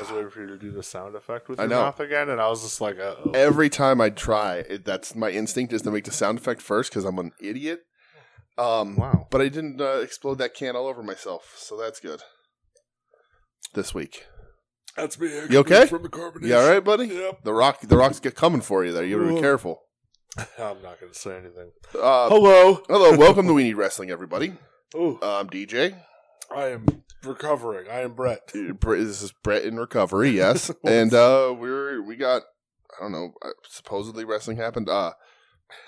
was waiting for you to do the sound effect with I your know. mouth again, and I was just like, uh oh. Every time I try, it, that's my instinct is to make the sound effect first because I'm an idiot. Um, Wow. But I didn't uh, explode that can all over myself, so that's good. This week, That's me. You okay? From the carbonation. you all right, buddy? Yep. The rock, the rocks get coming for you there. You gotta be Whoa. careful. I'm not going to say anything. Uh, Hello. Hello, welcome to We Need Wrestling, everybody. Oh, Um, DJ, I am recovering. I am Brett. Uh, Bre- this is Brett in recovery, yes, and uh, we're we got I don't know, uh, supposedly wrestling happened. Uh,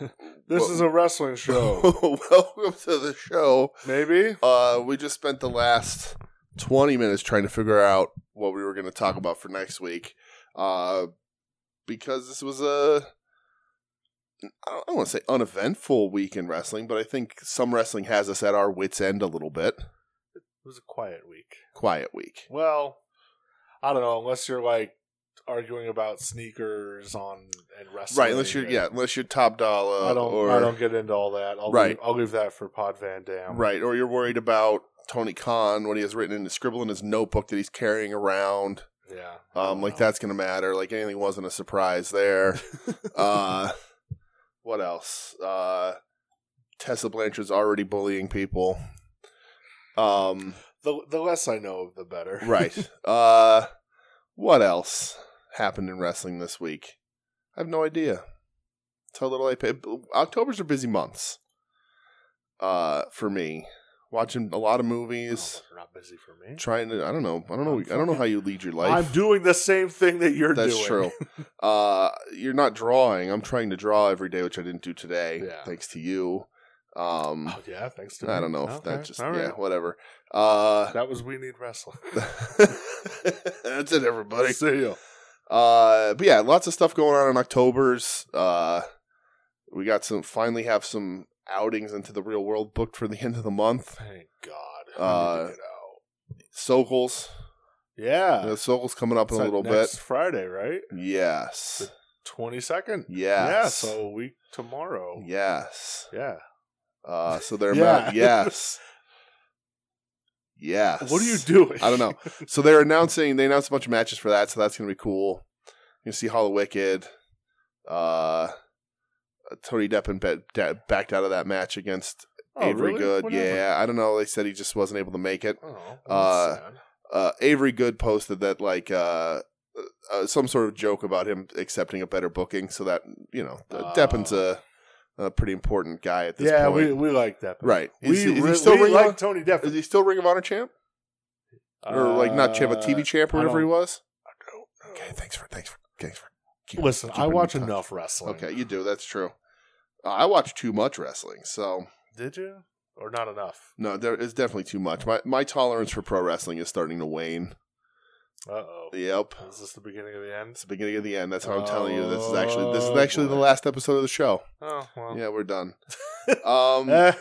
This Well- is a wrestling show. welcome to the show. Maybe? Uh, we just spent the last 20 minutes trying to figure out what we were going to talk about for next week. Uh, because this was a, I don't- I don't want to say uneventful week in wrestling, but I think some wrestling has us at our wits' end a little bit. It was a quiet week. Quiet week. Well, I don't know, unless you're like arguing about sneakers on and wrestling. Right, unless you're, and- yeah, unless you're top dollar I don't. or, I don't get into all that. I'll Right. Leave, I'll leave that for Pod Van Dam. right, or you're worried about Tony Khan, what he has written in his scribble in his notebook that he's carrying around. Yeah. I Um, don't like know. that's gonna matter. Like anything wasn't a surprise there. uh, what else? Uh, Tessa Blanchard's already bullying people. Um, The the less I know of, the better. right. uh, what else happened in wrestling this week? I have no idea. It's how little I pay. October's are busy months. Uh, for me, watching a lot of Oh, movies, they're not busy for me. trying to. I don't know. I don't know. I don't know how you lead your life. I'm doing the same thing that you're That's doing. true. Uh, you're not drawing. I'm trying to draw every day, which I didn't do today, Yeah. thanks to you. Um, Oh, yeah. Thanks to I me. don't know if Okay, that just all yeah, right. whatever. Uh, That was we need wrestling. that's it, everybody. See ya. Uh, but yeah, lots of stuff going on in October's. Uh, we got some finally have some outings into the real world booked for the end of the month. Thank God. I need Uh, to get out. Sokol's, Yeah. the Sokol's uh, coming up in It's a that little next bit. Friday, right? Yes, Twenty second. Yeah. yes, So a week tomorrow. yes. Yeah. Uh, so they're Yeah. ma- yes, yes. What are you doing? I don't know. So they're announcing they announced a bunch of matches for that, so that's gonna be cool. You see Hollow Wicked. Uh, Tony Deppen bet, de- backed out of that match against Oh, Avery really? Good. What happened? Yeah, I don't know. They said he just wasn't able to make it. Oh, well, that's Uh, sad. Uh, Avery Good posted that like uh, uh, some sort of joke about him accepting a better booking, so that you know Ah. Deppen's a, a pretty important guy at this yeah, point. we we like that. right? We, Is, he- is he re- still we Ring like of- Tony Depp. Is he still Ring of Honor champ, or like not champ, but Uh, TV champ, or I whatever he don't- was? Okay, thanks for thanks for thanks for. keep- Listen, keeping I me watch in touch. enough wrestling. Okay, you do. That's true. Uh, I watch too much wrestling, so Did you? Or not enough? no, there is definitely too much. My my tolerance for pro wrestling is starting to wane. Uh oh. Yep, Is this the beginning of the end? it's the beginning of the end. That's how I'm telling you. This is actually this is Oh, actually the boy. last episode of the show. Oh well. Yeah, we're done. Um, Eh.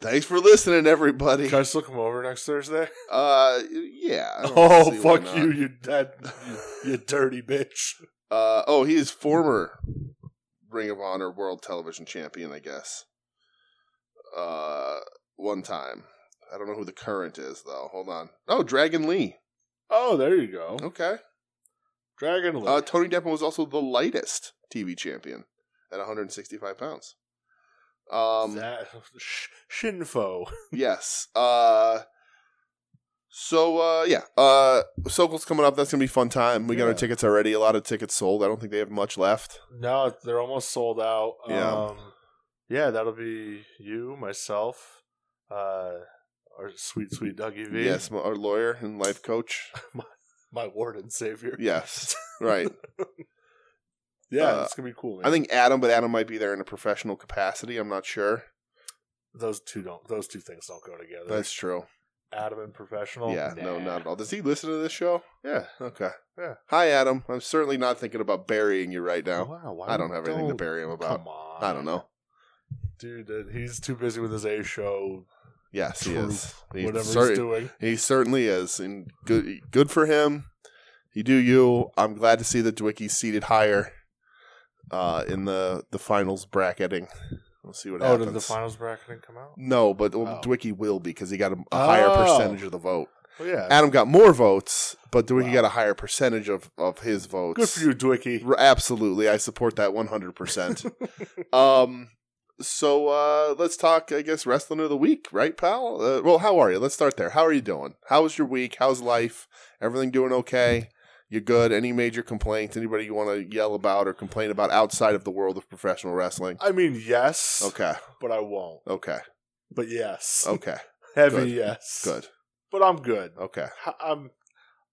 thanks for listening, everybody. Can I still come over next Thursday? Uh, yeah. I don't Oh see why fuck not. you, you dead, you, you dirty bitch. Uh, oh, he is former Ring of Honor World Television Champion, I guess. Uh, one time. I don't know who the current is though. Hold on. Oh, Dragon Lee. Oh, there you go. Okay. Dragon Lee. Uh, Tony Deppen was also the lightest TV champion at 165 pounds. Um, that, sh- Shinfo. yes. Uh, so uh, yeah. Uh, Sokol's coming up. That's gonna be a fun time. We got our Yeah. tickets already. A lot of tickets sold. I don't think they have much left. No, they're almost sold out. Yeah. Um, yeah, that'll be you, myself, uh, our sweet, sweet Dougie V. Yes, my- our lawyer and life coach. My Lord and Savior. Yes. Right. Yeah, Uh, it's going to be cool, man. I think Adam, but Adam might be there in a professional capacity. I'm not sure. those two don't, those two things don't go together. That's true. Adam and professional. yeah, no, Oh, Nah. not at all. Does he listen to this show? Yeah. Okay. Yeah. Hi, Adam. I'm certainly not thinking about burying you right now. Wow. why I don't have anything to don't- bury him about. Come on. I don't know. Dude, uh, he's too busy with his A show, Yes, he Troop, is. He, whatever cer- he's doing. he certainly is. And good, good for him. You do you. I'm glad to see that Dwicky's seated higher uh, in the the finals bracketing. We'll see what Oh, happens. did the finals bracket come out? No, but well, Oh. Dwicky will be because he got a, a higher Oh. percentage of the vote. Well, yeah. Adam got more votes, but Dewey Wow. got a higher percentage of, of his votes. Good for you, Dwicky. R- Absolutely. I support that 100%. um, so uh, let's talk, I guess, wrestling of the week, right, pal? Uh, well, how are you? Let's start there. How are you doing? How was your week? How's life? Everything doing okay? You good? Any major complaints? Anybody you want to yell about or complain about outside of the world of professional wrestling? I mean, yes, Okay. but I won't. Okay. But yes, Okay. heavy good. yes. Good. Oh. But I'm good. Okay. H- I'm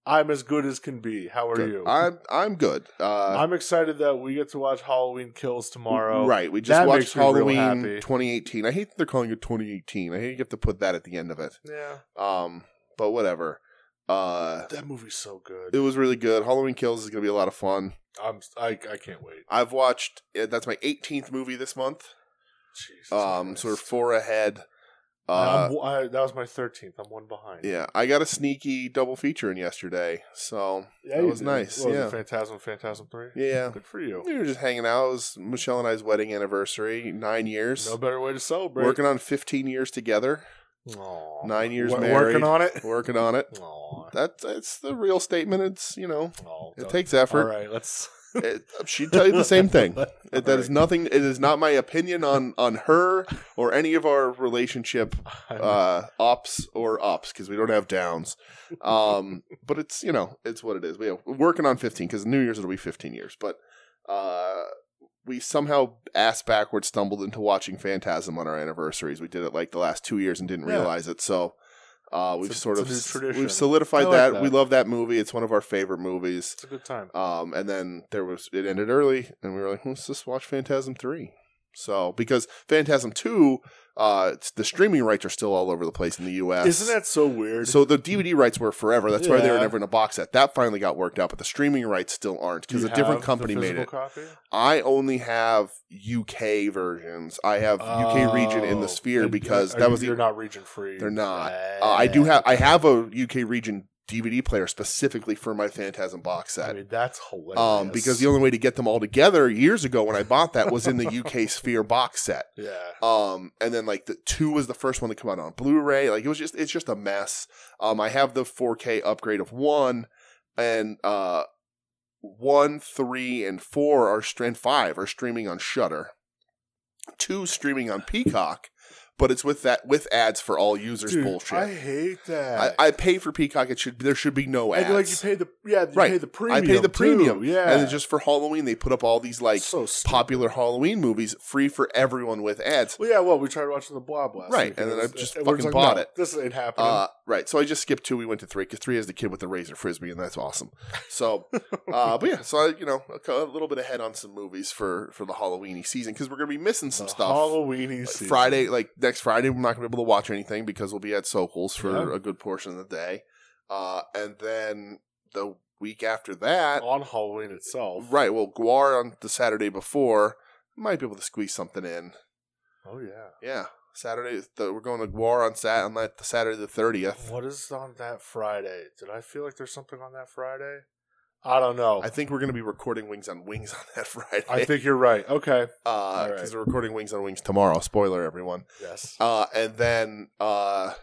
I'm as good as can be. How are Good. you? I'm I'm good. Uh, I'm excited that we get to watch Halloween Kills tomorrow. Right. We just That makes watched me real Halloween happy. 2018. I hate that they're calling it 2018. I hate you have to put that at the end of it. Yeah. Um, but whatever. Uh, That movie's so good. it was really good. Halloween Kills is going to be a lot of fun. I'm I I can't wait. I've watched eh, that's my 18th movie this month. Jesus. Um, so we're Christ. four ahead. I'm Uh, w- I- that was my thirteenth. I'm one behind. yeah, I got a sneaky double feature in yesterday. So Yeah, That you was did. nice, What was yeah. it, Phantasm, Phantasm Three. yeah, Good for you. we were just hanging out. It was Michelle and I's wedding anniversary, nine years. No better way to celebrate. Working on 15 years together, Aw. nine years Wo- married, Working on it. working on it. Aw. That's that's the real statement. It's you know Aw, it don't- takes All effort. right, let's. It- she'd tell you the same thing. That is It, that is nothing. It is not my opinion on on her or any of our relationship uh, ups or ups because we don't have downs. Um, but it's you know it's what it is. We have, we're working on fifteen because New Year's it'll be fifteen years. But uh, we somehow ass backwards stumbled into watching Phantasm on our anniversaries. We did it like the last two years and didn't Yeah. realize it. So. Uh, we've It's a- sort it's of a new s- tradition. we've solidified I like that. that. We love that movie. It's one of our favorite movies. It's a good time. Um, and then there was it ended early, and we were like, let's just watch Phantasm three. So because Phantasm two, uh, it's, the streaming rights are still all over the place in the U.S. Isn't that so weird? So the DVD rights were forever. That's why they were Yeah. never in a box set. That finally got worked out, but the streaming rights still aren't Do because you a have different the company made physical it. Copy? I only have UK versions. I have UK region in the Oh. Sphere And- because are that you- was the you're not region free. they're not. Uh, I do have I have a UK region DVD player specifically for my Phantasm box set. I mean, that's hilarious. Um, because the only way to get them all together years ago when I bought that was in the UK Sphere box set. yeah, Um, and then like the two was the first one to come out on Blu-ray. Like it was just it's just a mess. Um, I have the 4K upgrade of one, and uh, one, three, and four are str- and five are streaming on Shutter. Two streaming on Peacock, but it's with that with ads for all users. Dude, bullshit. I I, hate I, that. pay for Peacock. It should there should be no ads. like, like you pay the yeah, you Right. pay the premium. I pay the too. premium, Yeah, and then just for Halloween they put up all these like so stupid. popular Halloween movies free for everyone with ads. Well, yeah, well, we tried watching the Blob last Right, week, and then it I just and we're fucking like, bought no, it. This ain't happening. Uh, right. So I just skipped two. We went to three because three has the kid with the razor frisbee, and that's awesome. So, uh, but yeah, so I, you know, a, cou- a little bit ahead on some movies for for the Halloweeny season because we're gonna be missing some The stuff. Halloweeny Like, season. Friday, like next Friday, we're not gonna be able to watch anything because we'll be at Sokol's for Yeah. a good portion of the day, uh, and then the week after that, on Halloween itself. right? Well, Guar on the Saturday before might be able to squeeze something in. Oh yeah. Yeah, Saturday. The, we're going to Guar on Sat on that Saturday the thirtieth. What is on that Friday? Did I feel like there's something on that Friday? I don't know. I think we're going to be recording Wings on Wings on that Friday. I think you're right. Okay. because All right. we're recording Wings on Wings tomorrow. Spoiler, everyone. Yes. Uh, and then, uh,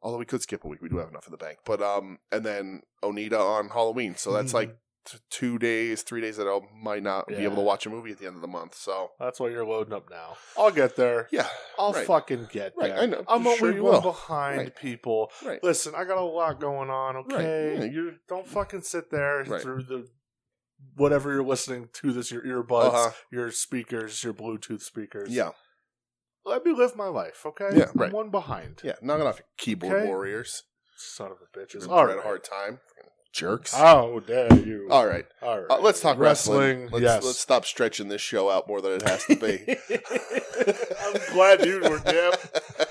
although we could skip a week, we do have enough in the bank. But um, and then Onita on Halloween. So that's Mhm. like t- two days, three days that I might not be Yeah. able to watch a movie at the end of the month. So That's why you're loading up now. I'll get there. yeah, I'll right. fucking get Right, there. I know. I'm Sure only you one will. behind Right. people. Right. Listen, I got a lot going on. Right. Okay, Yeah, you're don't fucking sit there Right. through the whatever you're listening to this your earbuds, Uh-huh. your speakers, your Bluetooth speakers. yeah, let me live my life. Okay, Yeah, I'm right. one behind. yeah. Knock it off, you keyboard Okay. warriors. Son of a bitch. You've been All throwing right. Ah. a hard time, jerks. How dare you? All right. All right. Uh, let's talk wrestling. Let's, yes. let's stop stretching this show out more than it has to be. I'm glad you were damn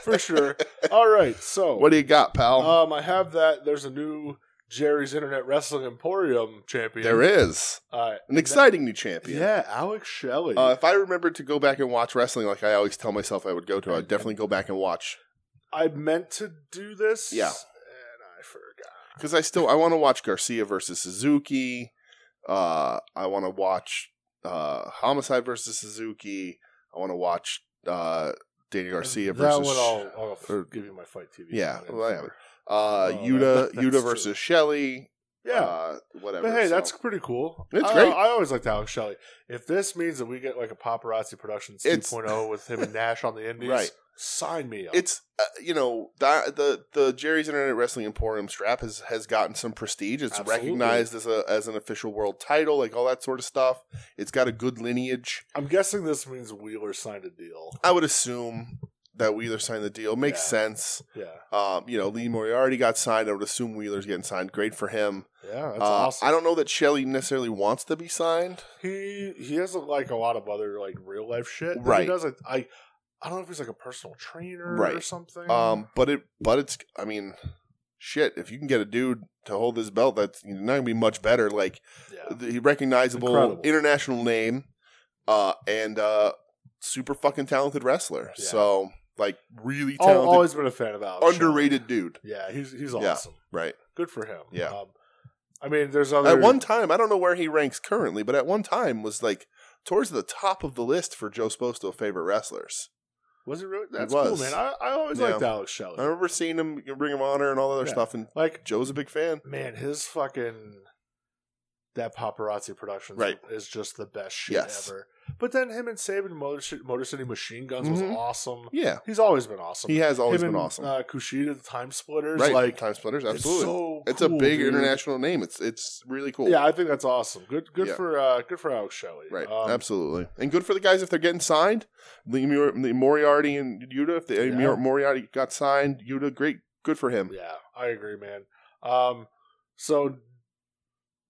for sure. All right. So What do you got, pal? Um, I have that. There's a new Jerry's Internet Wrestling Emporium champion. there is Uh, an exciting new champion. yeah, Alex Shelley. Uh, if I remembered to go back and watch wrestling like I always tell myself I would go to, I'd definitely go back and watch I meant to do this. Yeah. and I forgot. because I still I want to watch Garcia versus Suzuki. Uh, I want to watch uh, Homicide versus Suzuki. I want to watch uh, Danny Garcia that versus uh, one. I'll, I'll or- give you my fight TV. Yeah, comment. whatever. Uh, Oh, Yuta that- that's Yuta true. versus Shelly. Yeah. uh, whatever. but hey, so. that's pretty cool. It's I, great. I always liked Alex Shelley. If this means that we get like a paparazzi productions It's- 2.0 with him and Nash on the Indies, Right. sign me up. it's uh, you know the, the the Jerry's Internet Wrestling Emporium strap has has gotten some prestige. It's Absolutely. recognized as a as an official world title, like all that sort of stuff. It's got a good lineage. I'm guessing this means Wheeler signed a deal. I would assume that Wheeler signed the deal. Makes Yeah. sense. Yeah, Um, you know, Lee Moriarty got signed. I would assume Wheeler's getting signed. Great for him. yeah, that's Uh, awesome. I don't know that Shelly necessarily wants to be signed. he he has like a lot of other like real life shit. that Right. He does. I, I I don't know if he's like a personal trainer or Right. something. Um, but it but it's I mean, shit. If you can get a dude to hold this belt, that's not gonna be much better. Like. yeah. the recognizable Incredible. international name uh and uh super fucking talented wrestler Yeah. so like really I've talented always been a fan of Alex. Shelley. underrated dude Yeah, he's he's Yeah. awesome. right Good for him. Yeah. Um, I mean, there's other at one time i don't know where he ranks currently but at one time was like towards the top of the list for joe sposto favorite wrestlers Was it really? That's cool, was. man. I, I always Yeah. liked Alex Shelley. i remember seeing him in ring of honor and all that other Yeah. stuff and like, joe's a big fan man, his fucking that paparazzi productions Right. is just the best shit Yes. ever. But then him and Saban Motor, Ci- Motor City Machine Guns Mhm. was awesome. yeah He's always been awesome. he has always Him been and, awesome Uh, Kushida, the Time Splitters, right like time splitters it's absolutely it's, so a cool, big dude. international name it's it's really cool Yeah, I think that's awesome. Good, good Yeah. for uh, good for Alex Shelley. Right, Um, absolutely, and good for the guys if they're getting signed. Lee Mor- Lee Moriarty and Yuta, if they, Yeah. Mor- Moriarty got signed, Yuta, great, good for him. Yeah, I agree, man. Um, so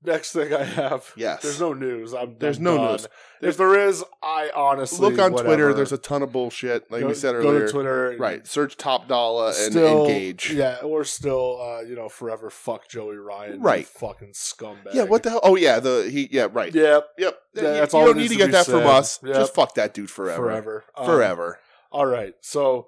next thing I have, Yes. there's no news. I'm There's I'm no done. news. If there is, I honestly Look on Twitter. whatever. There's a ton of bullshit, like Go- we said Go earlier. to Twitter, and Right, search Top Dollar and still- engage. Yeah. Yeah, or still, uh, you know, forever fuck Joey Ryan, you Right. Fucking scumbag. what the hell? Oh yeah, the he. Yeah, right. Yep, Yep. Yeah, you that's you all don't that need needs to to get be that from said. us. Yep. Just fuck that dude forever. Forever. forever, Um, forever. All right, so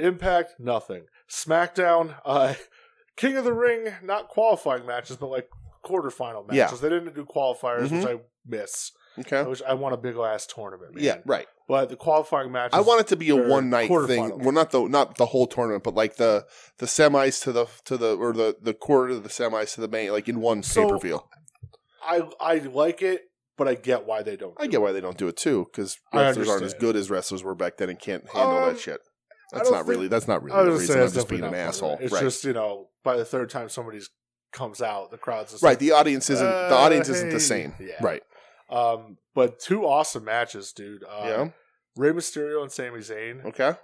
Impact, nothing. SmackDown, uh, King of the Ring, not qualifying matches, but like quarterfinal matches. Yeah. They didn't do qualifiers, Mhm. which I miss. Okay. I wish I want a big ass tournament. Man. Yeah. Right. but the qualifying matches. I want it to be a or one night quarterfinal. thing. Well, not the not the whole tournament, but like the the semis to the to the or the the quarter to the semis to the main, like in one So- pay per view. I I like it, but I get why they don't. I do get why they don't do it too, because I wrestlers aren't as understand. good as wrestlers were back then and can't handle Um, that shit. I That's don't not think- really. That's not it. really I was the gonna say reason. I'm that's just definitely being an not part of it. asshole, It's right? just you know by the third time somebody comes out, the crowd's just right. The audience isn't. the Uh, audience isn't hey. the same. Yeah. Right. Like, um, but two awesome matches, dude. Uh, yeah. Rey Mysterio and Sami Zayn, Okay.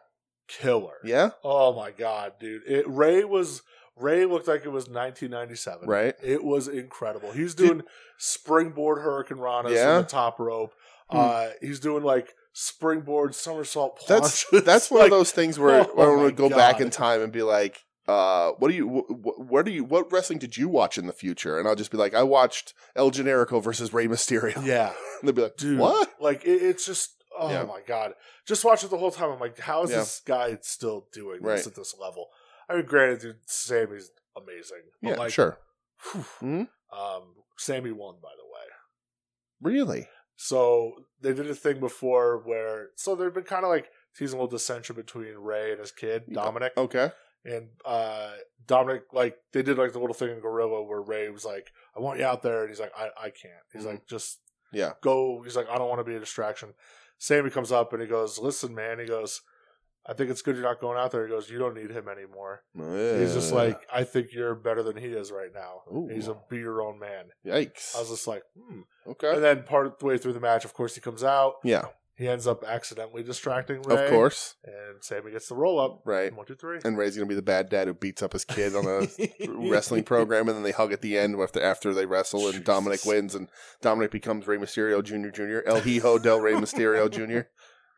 killer. Yeah. Oh my god, dude! It, Ray was Ray looked like it was 1997. Right. It was incredible. He's Did- doing springboard hurricane ranas Yeah? from the top rope. Hmm. Uh, he's doing like springboard somersault That's planches. that's one Like, of those things where, oh where I my want to go back God. in time and be like, uh, "What do you? Wh- wh- where do you? What wrestling did you watch in the future?" And I'll just be like, "I watched El Generico versus Rey Mysterio." and Yeah, they'll be like, dude. "What?" Like it, it's just. Oh Yeah. my god! Just watch it the whole time. I'm like, how is Yeah. this guy still doing Right. this at this level? I mean, granted, dude, Sammy's amazing. But Yeah, like, sure. whew. Mhm. um, Sammy won, by the way. Really? So they did a thing before where so there've been kind of like teasing a little dissension between Ray and his kid Yeah. Oh. Dominic, Okay. and uh, Dominic like they did like the little thing in Gorilla where Ray was like, "I want you out there," and he's like, "I I can't." He's Mhm. like, "Just Yeah. go." He's like, "I don't want to be a distraction." Sammy comes up and he goes, "Listen, man," he goes. I think it's good you're not going out there. He goes, You don't need him anymore. He's just like, I think you're better than he is right now. Ooh. He's a be your own man. "Yikes." I was just like, hmm. okay. And then part of the way through the match, of course, he comes out. yeah, He ends up accidentally distracting Ray. of course. And Sammy gets the roll up. Right. One, two, three. And Ray's gonna be the bad dad who beats up his kid on a uh, wrestling program, and then they hug at the end after after they wrestle, and Jesus. Dominic wins, and Dominic becomes Rey Mysterio Jr. Jr. El Hijo del Rey Mysterio Jr.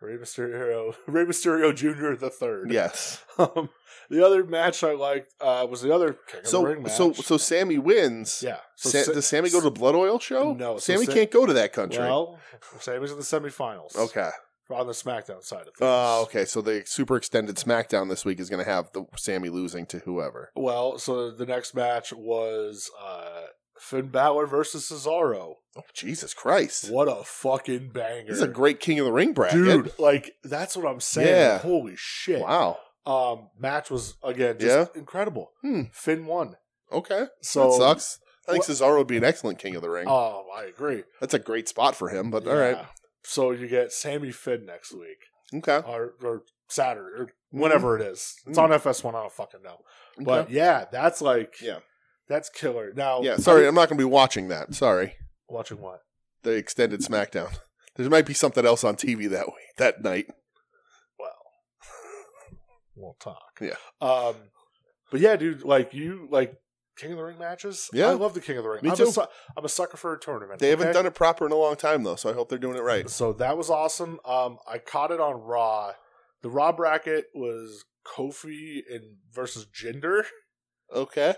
Rey Mysterio, Rey Mysterio Jr. the third. Yes. Um, the other match I liked uh, was the other King of the Ring So match. so so Sammy wins. yeah. So Sa- Sa- does Sammy go to the Blood Oil show? No, so Sammy Sa- can't go to that country. Well, Sammy's in the semifinals. okay. On the SmackDown side of things. Uh, okay. So the super extended SmackDown this week is going to have the Sammy losing to whoever. Well, so the next match was uh, Finn Balor versus Cesaro. Oh, Jesus Christ! What a fucking banger. This is a great King of the Ring bracket. Dude, like, that's what I'm saying. Yeah. Holy shit. Wow. Um, match was again just Yeah? incredible. Hmm. Finn won. Okay. So that sucks. I think Cesaro would be an excellent king of the ring. Oh, I agree. That's a great spot for him, but all Yeah. right. So you get Sammy Finn next week Okay. or, or Saturday or whenever it is. It's on FS1. I don't fucking know. But Mm-hmm. Hmm. Okay. yeah, that's like Yeah. that's killer. Now, yeah, sorry, I- I'm not going to be watching that. Sorry. watching what? The extended SmackDown. There might be something else on TV that way that night. Well, we'll talk. Yeah. Um, but yeah, dude, like you like King of the Ring matches. Yeah. I love the King of the Ring. Me I'm too. A su- I'm a sucker for a tournament. They haven't okay? done it proper in a long time though, so I hope they're doing it right. So that was awesome. Um, I caught it on Raw. The Raw bracket was Kofi and versus Jinder. Okay.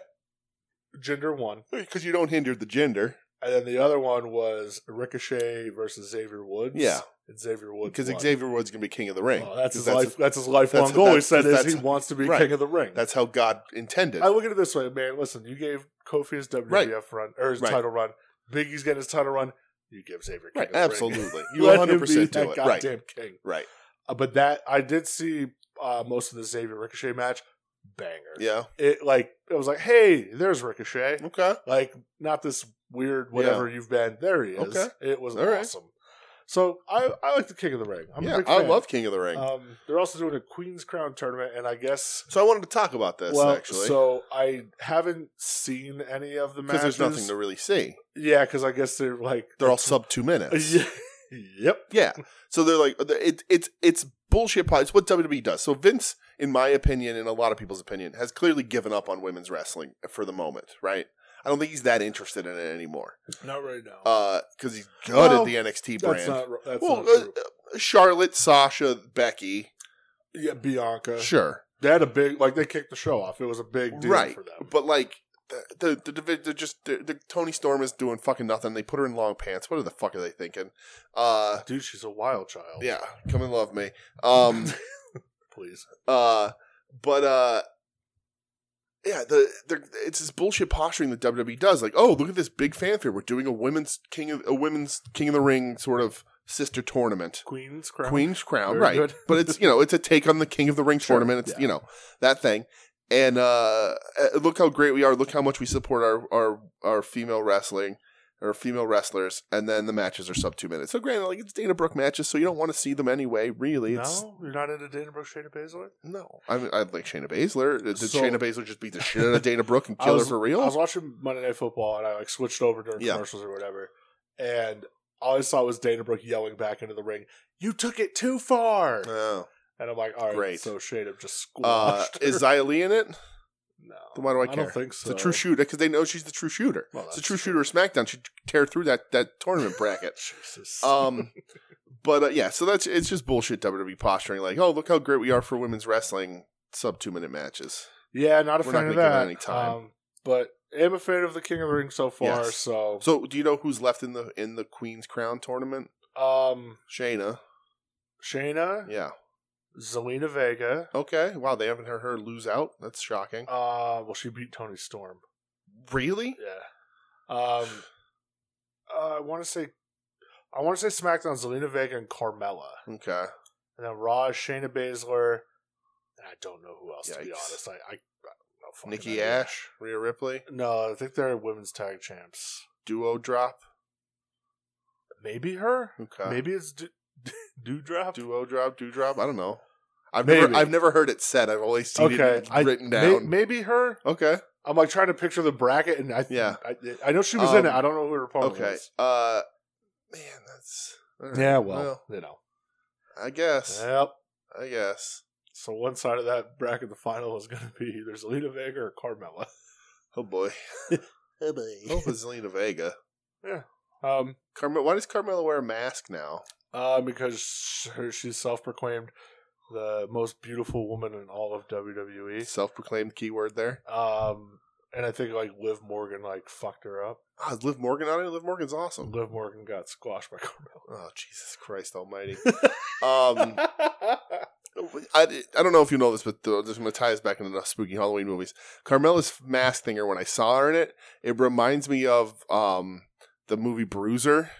Jinder won, Because you don't hinder the gender. and then the other one was Ricochet versus Xavier Woods. Yeah. and Xavier Woods Because won. Xavier Woods going to be king of the ring. Well, Oh, that's his 'Cause life. that's his lifelong that's- goal. that's- he said is that's- he wants to be right. king of the ring. That's how God intended. I look at it this way, man. Listen, you gave Kofi his WWF run or his Right. title run. Biggie's getting his title run. You give Xavier King right. his ring. Absolutely. You Let him 100% be do that it. Right. Goddamn king. Right. Uh, but that I did see uh, most of the Xavier Ricochet match. Banger. Yeah. It like it was like, hey, there's Ricochet. Okay. Like not this weird whatever you've been. There he is. Okay. It was All right. awesome. So I, I like the King of the Ring. I'm a yeah, big I fan. love King of the Ring. Um, they're also doing a Queen's Crown tournament, and I guess so I wanted to talk about this well, actually. so I haven't seen any of the because matches. there's nothing to really see. yeah, because I guess they're like They're all sub two minutes. Yeah. yep. Yeah. So they're like, it, it's it's bullshit. pod- It's what WWE does. So Vince, in my opinion, and a lot of people's opinion, has clearly given up on women's wrestling for the moment. Right. I don't think he's that interested in it anymore. Not right now. Because he's gutted Well, the NXT Uh, brand. that's not. ri- That's well, not true. uh, Charlotte, Sasha, Becky, yeah, Bianca. sure, They had a big like they kicked the show off. It was a big deal Right. for them. but like. The the, the divi- they're just the, the Tony Storm is doing fucking nothing. They put her in long pants. What the fuck are they thinking? Uh, Dude, she's a wild child. yeah, come and love me. Um, please. Uh, but uh, yeah, the, the it's this bullshit posturing that WWE does. Like, oh, look at this big fanfare. We're doing a women's king of a women's king of the ring sort of sister tournament, Queen's Crown. Queen's Crown, Very right? good. but it's you know it's a take on the King of the Ring Sure, tournament. It's yeah. you know that thing. And uh, uh, look how great we are. Look how much we support our our our female wrestling. Or female wrestlers, and then the matches are sub two minutes. So, granted, like it's Dana Brooke matches, so you don't want to see them anyway. Really, it's No, you're not into Dana Brooke, Shayna Baszler. no, I mean, I like Shayna Baszler. Did So- Shayna Baszler just beat the shit out of Dana Brooke and I kill was- her for I was real? watching Monday Night Football and I like switched over during Yeah. commercials or whatever, and all I saw was Dana Brooke yelling back into the ring, "You took it too far." No. And I'm like, all right, Uh, Great. so Shade of just Uh, squashed. is Xia Li in it? no, Then why do I care? don't think so. It's a true shooter because they know she's the true shooter. Well, It's a that's true shooter of SmackDown. She tear through that that tournament bracket. Jesus. Um, but uh, yeah, so that's it's just bullshit WWE posturing. Like, oh, look how great we are for women's wrestling sub two minute matches. yeah, not a we're fan not of gonna give it that. any time. Um, but am a fan of the King of the Ring so far. Yes. So, So, do you know who's left in the in the Queen's Crown tournament? um, Shayna. Shayna, Yeah. Zelina Vega. Okay. Wow, they haven't heard her lose out. That's shocking. Uh, well, she beat Tony Storm. Really? Yeah. Um, uh, I want to say, I want to say SmackDown, Zelina Vega and Carmella, Okay. and then Raw, is Shayna Baszler. And I don't know who else to be Yikes. honest. I, I, I don't know, fucking Nikki idea. Ash, Rhea Ripley, No, I think they're women's tag champs. duo drop. Maybe her. Okay. Maybe it's do- Dewdrop. duo drop, do drop. I don't know. I've Maybe. never I've never heard it said. I've always seen Okay, it I- written May- down. maybe her. okay. I'm like trying to picture the bracket, and I Yeah. I, I know she was in it. Um, I don't know who her opponent Okay. was. Uh man, that's all right. Yeah, well, you know. I guess. Yep. I guess. So one side of that bracket, the final is going to be either Zelina Vega or Carmella. Oh boy. oh boy. Hope it's Zelina Vega. Um, Carme- why does Carmella wear a mask now? uh, because her, she's self-proclaimed the most beautiful woman in all of WWE. Self proclaimed keyword there. Um, and I think like Liv Morgan like fucked her up. Oh, is Liv Morgan on it? Liv Morgan's awesome. Liv Morgan got squashed by Carmella. Oh Jesus Christ Almighty! um, I, I don't know if you know this, but the, this is going to tie us back into the spooky Halloween movies. Carmella's mask thinger, when I saw her in it, it reminds me of um, the movie Bruiser.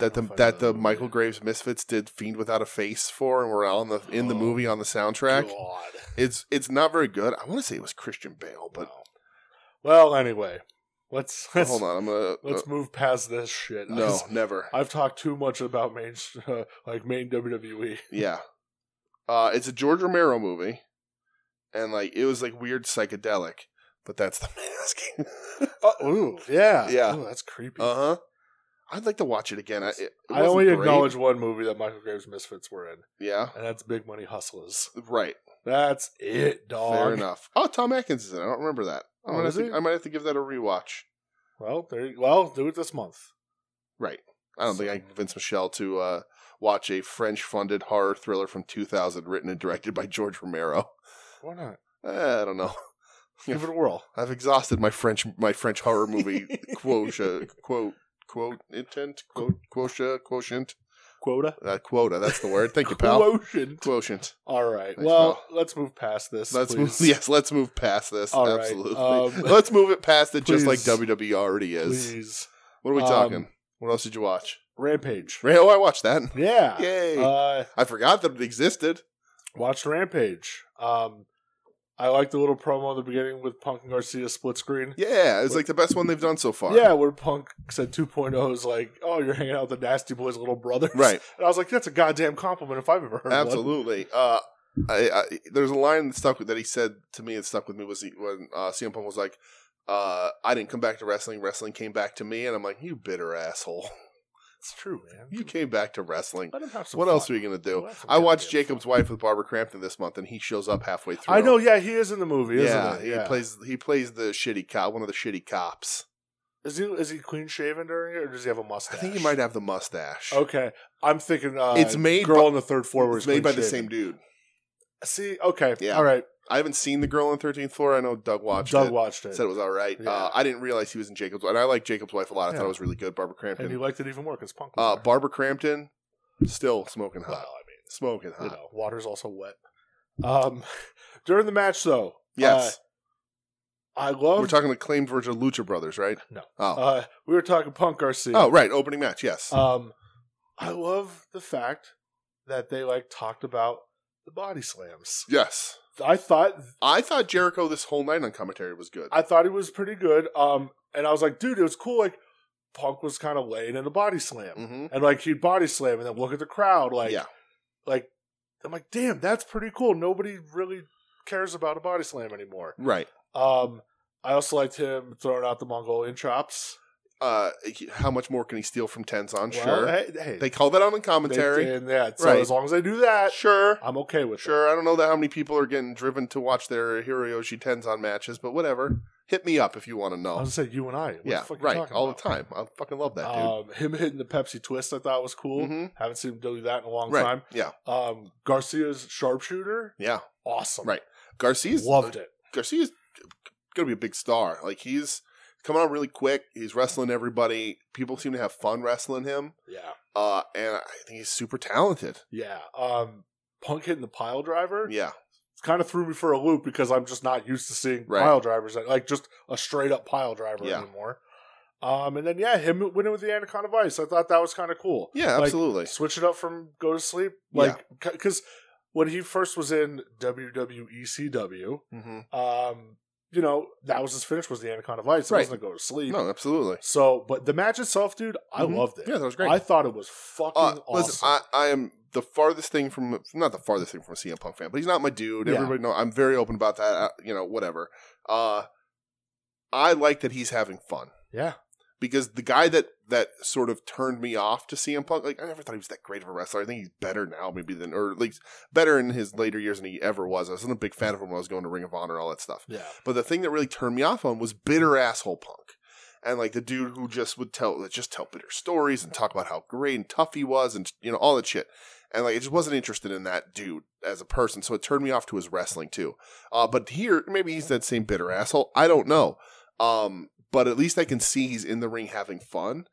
that the don't fucking that know the movie. Michael Graves Misfits did "Fiend Without a Face" for, and were on the in the Oh, movie on the soundtrack. God. It's it's not very good. I want to say it was Christian Bale, but No. Well, anyway, let's let's, hold on, I'm gonna let's move past this shit. uh, no, never. I've talked too much about main uh, like main E. WWE. Yeah. Uh, it's a George Romero movie, and like it was like weird psychedelic, but that's the mask. Oh, ooh, yeah, Uh-huh. Yeah. Ooh, that's creepy. uh huh. I'd like to watch it again. I, it, it I wasn't only great. acknowledge one movie that Michael Graves Misfits were in, Yeah, and that's Big Money Hustlers. right. That's it, dog. Fair enough. Oh, Tom Atkins is in. it. I don't remember that. I Oh, might, have is he? to, I might have to give that a rewatch. Well, there. You, well, do it this month. Right. I don't think I can convince Michelle to uh, watch a French-funded horror thriller from 2000 written and directed by George Romero. Why not? Eh, I don't know. Give it a whirl. I've exhausted my French my French horror movie quota quote quote intent quote quota quotient Quota. uh, quota. That's the word. Thank you, pal. Quotient. Quotient. All right. Thanks, well, pal. let's move past this. Let's move, please. yes, let's move past this. All right, Absolutely. um, let's move it past it, just like please. WWE already is. Please. What are we Um, talking? what else did you watch? Rampage. Ray- Oh, I watched that. yeah. Yay! Uh, I forgot that it existed. watched Rampage. Um, I liked the little promo in the beginning with Punk and Garcia split screen. Yeah, it's like the best one they've done so far. Yeah, where Punk said 2.0 is like, oh, you're hanging out with the Nasty Boys' little brothers. Right. And I was like, that's a goddamn compliment if I've ever heard one. Absolutely. Uh, I, I, there's a line that stuck with, that he said to me and stuck with me was he, when uh, CM Punk was like, uh, "I didn't come back to wrestling. Wrestling came back to me," and I'm like, "You bitter asshole! It's true, man. You came back to wrestling. Let him have some What fun. else are you gonna do?" Let him have some I watched goddamn Jacob's fun. Wife with Barbara Crampton this month, and he shows up halfway through. I know, yeah, he is in the movie, Yeah, isn't he? Yeah. he plays he plays the shitty cop, one of the shitty cops. is he is he clean shaven during it, or does he have a I mustache? think he might have the mustache. Okay, I'm thinking uh, It's made Girl by- on the Third Floor. was it's made by the clean-shaven. same dude. See, okay, Yeah. all right. I haven't seen the girl on Thirteenth Floor. I know Doug watched Doug it. watched it, said it was all right. Yeah. Uh, I didn't realize he was in Jacob's, and I like Jacob's wife a lot. I Yeah. thought it was really good. Barbara and he Crampton, liked it even more because Punk. uh, Was there. Barbara Crampton, still smoking hot, Well, I smoking hot. mean, you know, water's also wet. Um, during the match, though, yes, uh, I love. we're talking acclaimed version of Lucha Brothers, right? No. Oh, Uh, we were talking Punk Garcia. oh, right. Opening match. Yes. Um, I love the fact that they like talked about the body slams. yes. I thought I thought Jericho this whole night on commentary was good. I thought he was pretty good. Um, and I was like, dude, it was cool. Like, Punk was kind of laying in a body slam, hmm and like he'd body slam, and then look at the crowd, like, yeah. like I'm like, damn, that's pretty cool. Nobody really cares about a body slam anymore. Right. Um, I also liked him throwing out the Mongolian chops. Uh, he- how much more can he steal from Tenzon? Well, sure. hey, hey, they call that on the they Uh, commentary. did that. So Right. as long as they do that, Sure. I'm okay with it. Sure, I don't know that how many people are getting driven to watch their Hiroyoshi Tenzon matches, but whatever. Hit me up if you want to I know. was gonna say you and I. What yeah, the fuck you right, talking all about? the time. I fucking love that dude. Um, him hitting the Pepsi twist, I thought was cool. Mhm. Haven't seen him do that in a long Right, time. yeah, Um, Garcia's sharpshooter, yeah. awesome. Right. Garcia's loved it. Garcia's gonna be a big star. Like he's coming on really quick. He's wrestling everybody. People seem to have fun wrestling him. Yeah, Uh, and I think he's super talented. yeah. Um, Punk hitting the pile driver. Yeah, kind of threw me for a loop because I'm just not used to seeing Right. pile drivers like just a straight up pile driver Yeah. anymore. Um, and then yeah, him winning with the Anaconda Vice, I thought that was kind of cool. yeah, Like, absolutely. Switch it up from go to sleep, Yeah. like because when he first was in WWE CW, hmm um, you know that was his finish was the Anaconda Vice. It Right. wasn't a go to sleep. No, absolutely. So, but the match itself, dude, I Mhm. loved it. Yeah, that was great. I thought it was fucking Uh, awesome. Listen, I, I am the farthest thing from not the farthest thing from a CM Punk fan, but he's not my dude. Yeah. Everybody know I'm very open about that. I, you know, whatever. Uh, I like that he's having fun yeah, because the guy that that sort of turned me off to CM Punk, like I never thought he was that great of a wrestler. I think he's better now, maybe than or at least better in his later years than he ever was. I wasn't a big fan of him when I was going to Ring of Honor, all that stuff. yeah, But the thing that really turned me off on was bitter asshole punk. And like the dude who just would tell like, just tell bitter stories and talk about how great and tough he was and you know all that shit. And like I just wasn't interested in that dude as a person, so it turned me off to his wrestling too. Uh, but here maybe he's that same bitter asshole. I don't know. Um, but at least I can see he's in the ring having fun,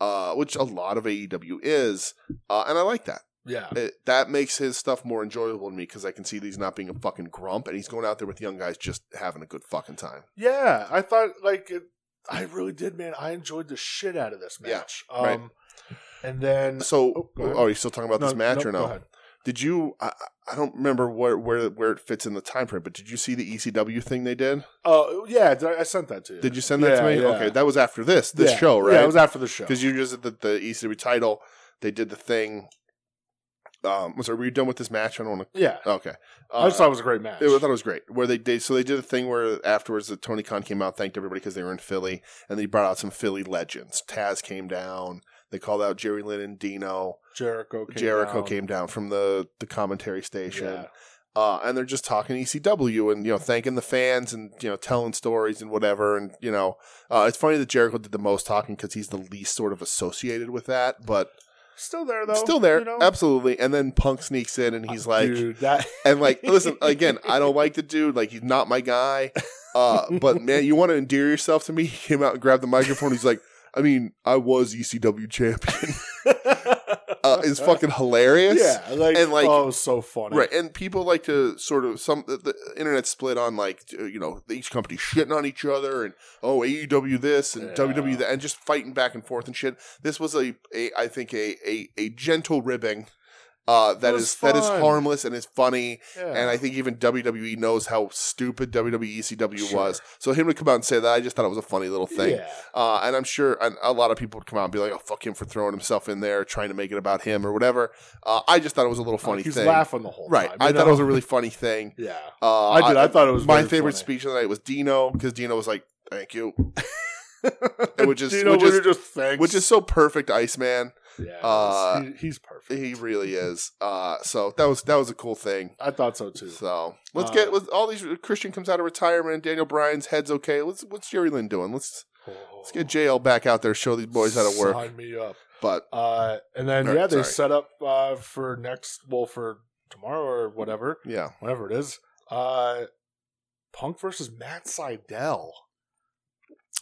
uh, which a lot of AEW is, uh, and I like that yeah. it, Uh, that makes his stuff more enjoyable to me because I can see that he's not being a fucking grump and he's going out there with young guys just having a good fucking time. Yeah, I thought like it, I really did, man. I enjoyed the shit out of this Yeah, match. right. um, And then So, Oh, go ahead. are you still talking about this No, match no, or go no? ahead. Did you? I, I- I don't remember where where where it fits in the time frame, but did you see the ECW thing they did? Oh yeah, did I, I sent that to you. Did you send that to Yeah, me? yeah. Okay, that was after this this Yeah. show, right? Yeah, it was after the show. because you just at the, the ECW title. They did the thing. Um, so were you done with this match? I don't want yeah, to. Okay, uh, I just thought it was a great match. it, I thought it was great. Where they did so they did a thing where afterwards that Tony Khan came out, thanked everybody because they were in Philly, and they brought out some Philly legends. Taz came down. They called out Jerry Lynn and Dino. Jericho. Came Jericho down. came down from the the commentary station. Yeah. Uh, and they're just talking ECW and you know thanking the fans and you know telling stories and whatever and you know uh, it's funny that Jericho did the most talking because he's the least sort of associated with that but Still there though. still there you know? Uh, absolutely and then Punk sneaks in and he's like Dude, that and like listen again I don't like the dude like he's not my guy uh, but man you want to endear yourself to me he came out and grabbed the microphone he's like I mean I was E ECW champion uh, it's fucking hilarious yeah, like, and, like- oh, it was so funny. Right, and people like to sort of some the, the internet split on like uh, you know each company shitting on each other and oh AEW this and Yeah. WWE that and just fighting back and forth and shit. This was a, a I think a a, a gentle ribbing uh, that was is that is fun. harmless and is funny, Yeah. and I think even WWE knows how stupid WWE ECW Sure. was. So him to come out and say that, I just thought it was a funny little thing. Yeah. Uh, and I'm sure and a lot of people would come out and be like, "Oh, fuck him for throwing himself in there, trying to make it about him or whatever." Uh, I just thought it was a little funny Like, Oh, he's thing. laughing the whole Right. time. I you thought know? it was a really funny thing. Yeah. Uh, I did. I thought it was my very favorite funny. speech of the night was Dino because Dino was like, "Thank you," and which is Do you know which when is you're just thanks? which is so perfect. Iceman, yeah, uh, he's, he- he's perfect. he really is. Uh, so that was that was a cool thing. I thought so too. So let's Uh, get with all these. Christian comes out of retirement. Daniel Bryan's head's okay. Let's what's Jerry Lynn doing? Let's let's get JL back out there. Show these boys how to work. Oh, Sign me up. But Uh, and then All right, yeah, they sorry. set up uh, for next. Well, for tomorrow or whatever, yeah, whatever it is. Uh, Punk versus Matt Seidel.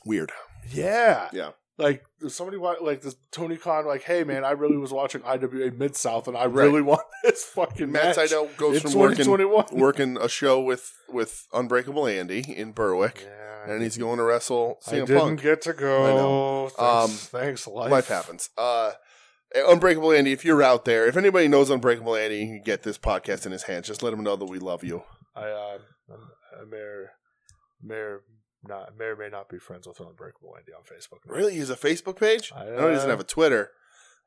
weird. Yeah. Yeah. Like if somebody wa- like this Tony Khan like, hey man, I really was watching IWA Mid South and I Right. really want this fucking match. Matt Seidel goes It's from working 2021. working a show with with Unbreakable Andy in Burwick. Yeah, and he's going to wrestle I didn't CM Punk. get to go. I know. Um, Thanks, thanks, life. Life happens. Uh, Unbreakable Andy, if you're out there, if anybody knows Unbreakable Andy, you can get this podcast in his hands. Just let him know that we love you. I, uh, I'm, I may, or- may or not may or may not be friends with Unbreakable Andy on Facebook. Really, he has a Facebook page. I, I know he uh, doesn't have a Twitter.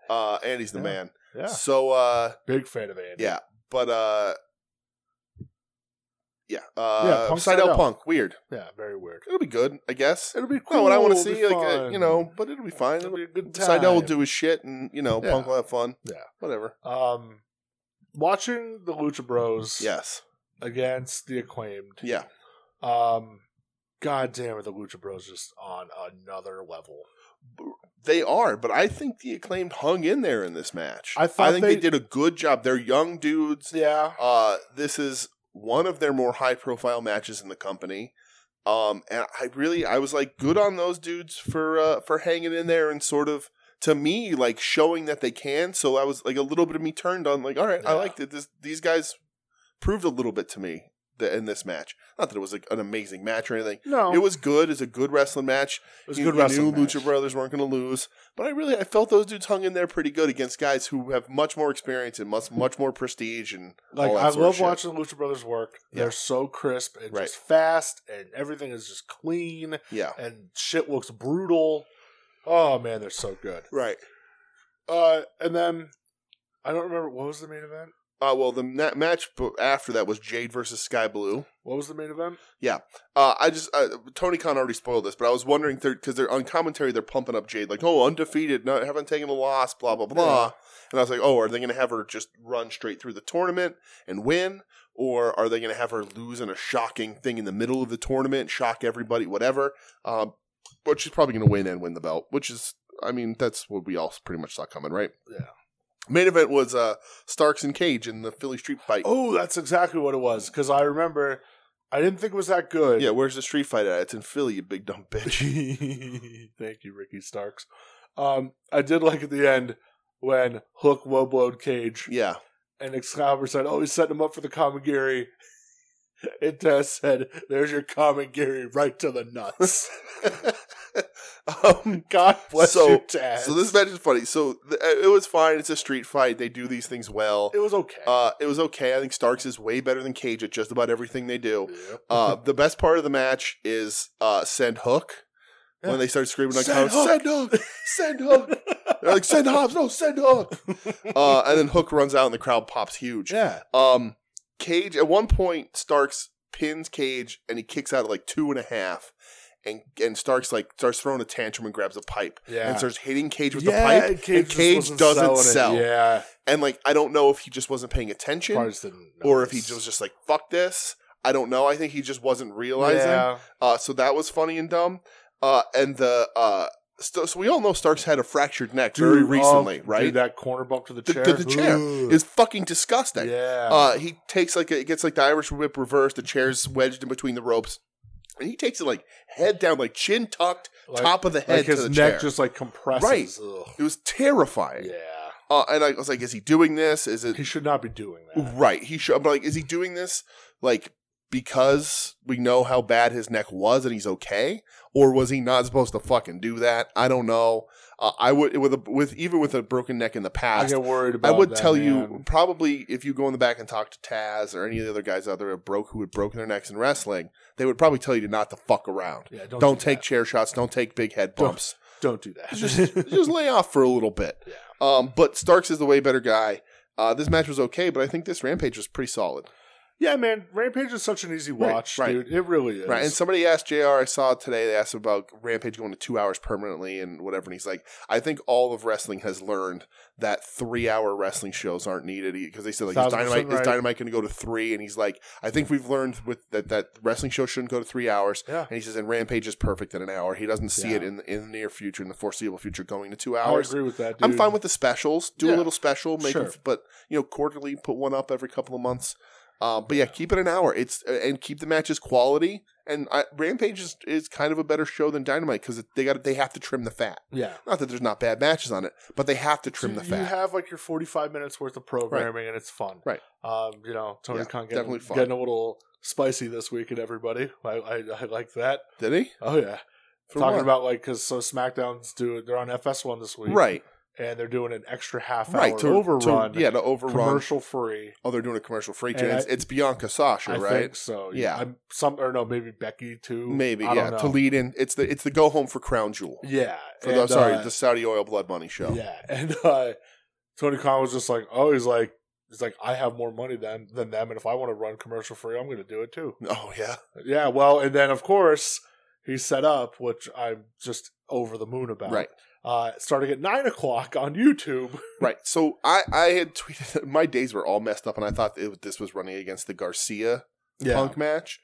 Uh, Andy's the Yeah. man. Yeah, So uh, big fan of Andy. yeah, but uh, yeah, Yeah, uh, Punk Sidel Sidel. Punk, weird. yeah, very weird. It'll be good, I guess. It'll be cool. Not what I want to It'll be see, like uh, you fun. know, but it'll be fine. it'll be a good time. Sidel will do his shit, and you know, Yeah. Punk will have fun. Yeah. whatever. Um, watching the Lucha Bros. Yes, against the acclaimed. yeah. Um, God damn it, the Lucha Bros just on another level. They are, but I think the acclaimed hung in there in this match. I thought think they, they- did a good job. They're young dudes. Yeah. Uh, this is one of their more high profile matches in the company. Um, and I really, I was like, good on those dudes for uh, for hanging in there and sort of to me like showing that they can. So I was like a little bit of me turned on like, all right, I Yeah. liked it. This, these guys proved a little bit to me th- in this match. Not that it was like an amazing match or anything. No, It was good. It's a good wrestling match it was you, good you wrestling. knew match. Lucha Brothers weren't going to lose, but I really I felt those dudes hung in there pretty good against guys who have much more experience and much much more prestige and Like all that I sort of love shit. watching the Lucha Brothers work. Yeah. They're so crisp and Right. just fast, and everything is just clean, yeah and shit looks brutal. Oh man, they're so good. right. Uh, and then I don't remember what was the main event. Uh, well, the na- match b- after that was Jade versus Sky Blue. What was the main event? Uh, I just uh, Tony Khan already spoiled this, but I was wondering because they're on commentary they're pumping up Jade like oh undefeated, not haven't taken a loss, blah blah blah, Yeah. and I was like oh are they going to have her just run straight through the tournament and win, or are they going to have her lose in a shocking thing in the middle of the tournament, shock everybody, whatever? Um, but she's probably going to win and win the belt, which is I mean that's what we all pretty much saw coming, right? Yeah. Main event was uh, Starks and Cage in the Philly Street fight. Oh, that's exactly what it was. Because I remember, I didn't think it was that good. Yeah, where's the street fight at? It's in Philly, you big dumb bitch. Thank you, Ricky Starks. Um, I did like at the end when Hook low blowed Cage Yeah. and Excalibur said, "Oh, he's setting him up for the Kamigiri." It does said, "There's your common Gary right to the nuts." um, God bless So- you, Taz. so this match is funny. So th- it was fine. It's a street fight. They do these things well. it was okay. Uh, it was okay. I think Starks is way better than Cage at just about everything they do. Yep. Uh, the best part of the match is uh, send Hook Yeah. when they start screaming like Send "Hook, Hook!" send Hook, send Hook. They're like send Hobbs, no send Hook. Uh, and then Hook runs out and the crowd pops huge. yeah, Um, Cage at one point Starks pins Cage and he kicks out at like two and a half, and and Starks like starts throwing a tantrum and grabs a pipe yeah. and starts hitting Cage with Yeah, the pipe. and Cage, and just Cage wasn't doesn't selling it. sell. Yeah, And like I don't know if he just wasn't paying attention Probably just didn't or if he notice. was just like fuck this. I don't know. I think he just wasn't realizing. Yeah. Uh, so that was funny and dumb. Uh, and the uh, st- so we all know Starks had a fractured neck very Dude, recently, oh, right? dude, that corner bump to the The- chair. to the chair. Ooh. It's fucking disgusting. yeah. Uh, he takes like a, it gets like the Irish whip reversed. The chair's wedged in between the ropes, and he takes it like head down, like chin tucked, Like- top of the head like his to the neck chair. just like compresses. Right. Ugh. it was terrifying. Yeah. Uh, and I was like, is he doing this? Is it He should not be doing that. right? He should. I'm like, is he doing this like because we know how bad his neck was and he's okay, or was he not supposed to fucking do that? I don't know. Uh, I would with a, with even with a broken neck in the I past, get worried about I would that, tell you man. probably if you go in the back and talk to Taz or any of the other guys out there who broke who had broken their necks in wrestling, they would probably tell you to not to fuck around. Yeah, don't, Don't, do take that. chair shots. Don't take big head Don't- bumps. Don't do that. Just just lay off for a little bit. Yeah. Um, but Starks is the way better guy. Uh, this match was okay, but I think this Rampage was pretty solid. yeah, man. Rampage is such an easy Right, watch, right. dude. It really is. Right. And somebody asked JR, I saw today, they asked him about Rampage going to two hours permanently and whatever. And he's like, I think all of wrestling has learned that three hour wrestling shows aren't needed because they said, like, is Thousand percent Dynamite, is right. Dynamite going to go to three? And he's like, I think we've learned with that, that wrestling show shouldn't go to three hours. yeah, And he says, and Rampage is perfect at an hour. He doesn't see Yeah. it in, in the near future, in the foreseeable future, going to two I would hours. agree with that. Dude. I'm fine with the specials. Do Yeah. a little special, make 'em- Sure. but you know, quarterly, put one up every couple of months. Um, but yeah, keep it an hour. It's and keep the matches quality. And I, Rampage is, is kind of a better show than Dynamite because they got they have to trim the fat. yeah. Not that there's not bad matches on it, but they have to trim So the You fat. have like your 45 minutes worth of programming, and it's fun. Right. Um, you know, Tony Yeah, Khan getting, definitely fun. getting a little spicy this week, and everybody, I, I, I like that. Did he Oh yeah. For Talking what? about like because so SmackDown's do they're on FS1 this week, right, And they're doing an extra half hour right to overrun, to- yeah, to overrun. commercial free. Oh, they're doing a commercial free. And too. It's, I- it's Bianca Sasha, I right? think so. Yeah. I'm some or no, maybe Becky too. Maybe I yeah. don't To know. lead in, it's the it's the go home for Crown Jewel. Yeah. For and, the, sorry, uh, the Saudi oil blood money show. Yeah, and uh, Tony Khan was just like, "Oh, he's like, he's like, I have more money than than them, and if I want to run commercial free, I'm going to do it too." Oh yeah. Yeah, well, and then of course he set up, which I'm just over the moon about. Right. uh, starting at nine o'clock on YouTube. Right. So I, I had tweeted my days were all messed up, and I thought it, this was running against the Garcia Punk match.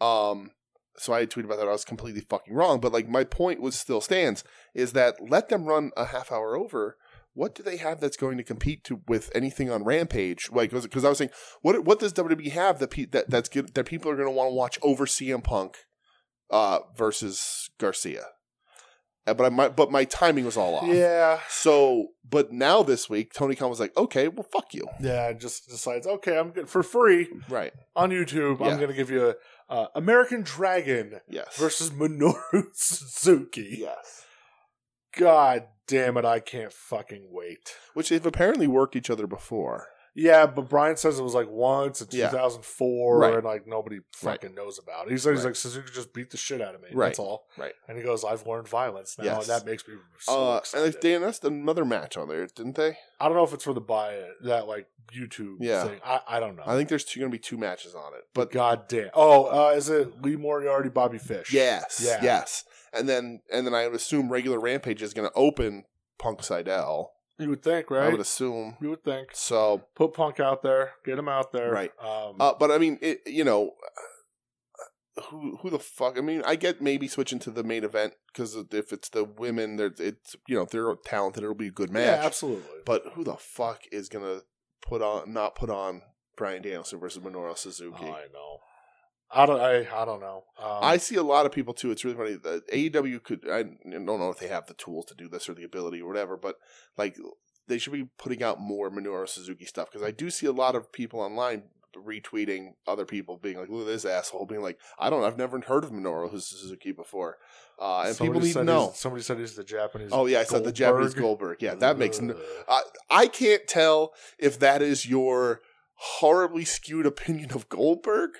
Um, so I had tweeted about that. I was completely fucking wrong, but like my point was still stands: is that let them run a half hour over. What do they have that's going to compete to with anything on Rampage? Like, because I was saying, what what does WWE have that pe- that that's good, that people are going to want to watch over CM Punk uh, versus Garcia? Uh, But I, my but my timing was all off. yeah, So, but now this week, Tony Khan was like, "Okay, well, fuck you." yeah. Just decides, okay, I'm good for free Right? on YouTube. Yeah. I'm going to give you a, uh, American Dragon Yes. versus Minoru Suzuki. yes. God damn it, I can't fucking wait. Which they've apparently worked each other before. Yeah, but Brian says it was like once in Yeah. 2004, Right. and like nobody fucking knows about it. He said he's Right. like Suzuki just beat the shit out of me. Right. That's all. Right. And he goes, I've learned violence now, and Yes. that makes me so Uh, and excited. they announced another match on there, didn't they? I don't know if it's for the buy that like YouTube Yeah. thing. I, I don't know. I think there's two, going to be two matches on it. But God damn. Oh, uh, is it Lee Moriarty, Bobby Fish? yes, Yeah. yes. And then, and then I would assume regular Rampage is going to open Punk Seidel. You would think, I right? would assume. you would think. So, Put Punk out there. Get him out there. Right. Um, uh, but I mean, it, you know, who who the fuck? I mean, I get maybe switching to the main event because if it's the women, they're it's you know if they're talented, it'll be a good match. yeah, absolutely. But who the fuck is gonna put on not put on Brian Danielson versus Minoru Suzuki? I know. I don't. I, I don't know. Um, I see a lot of people too. It's really funny that AEW could. I don't know if they have the tools to do this or the ability or whatever, but like they should be putting out more Minoru Suzuki stuff because I do see a lot of people online retweeting other people being like, "Look at this asshole!" Being like, "I don't, I've never heard of Minoru Suzuki before," uh, and Somebody people need said to he's- know. Somebody said he's the Japanese. Oh yeah, I said the Japanese Goldberg. Goldberg. Yeah, that makes. No, Ugh. I, I can't tell if that is your horribly skewed opinion of Goldberg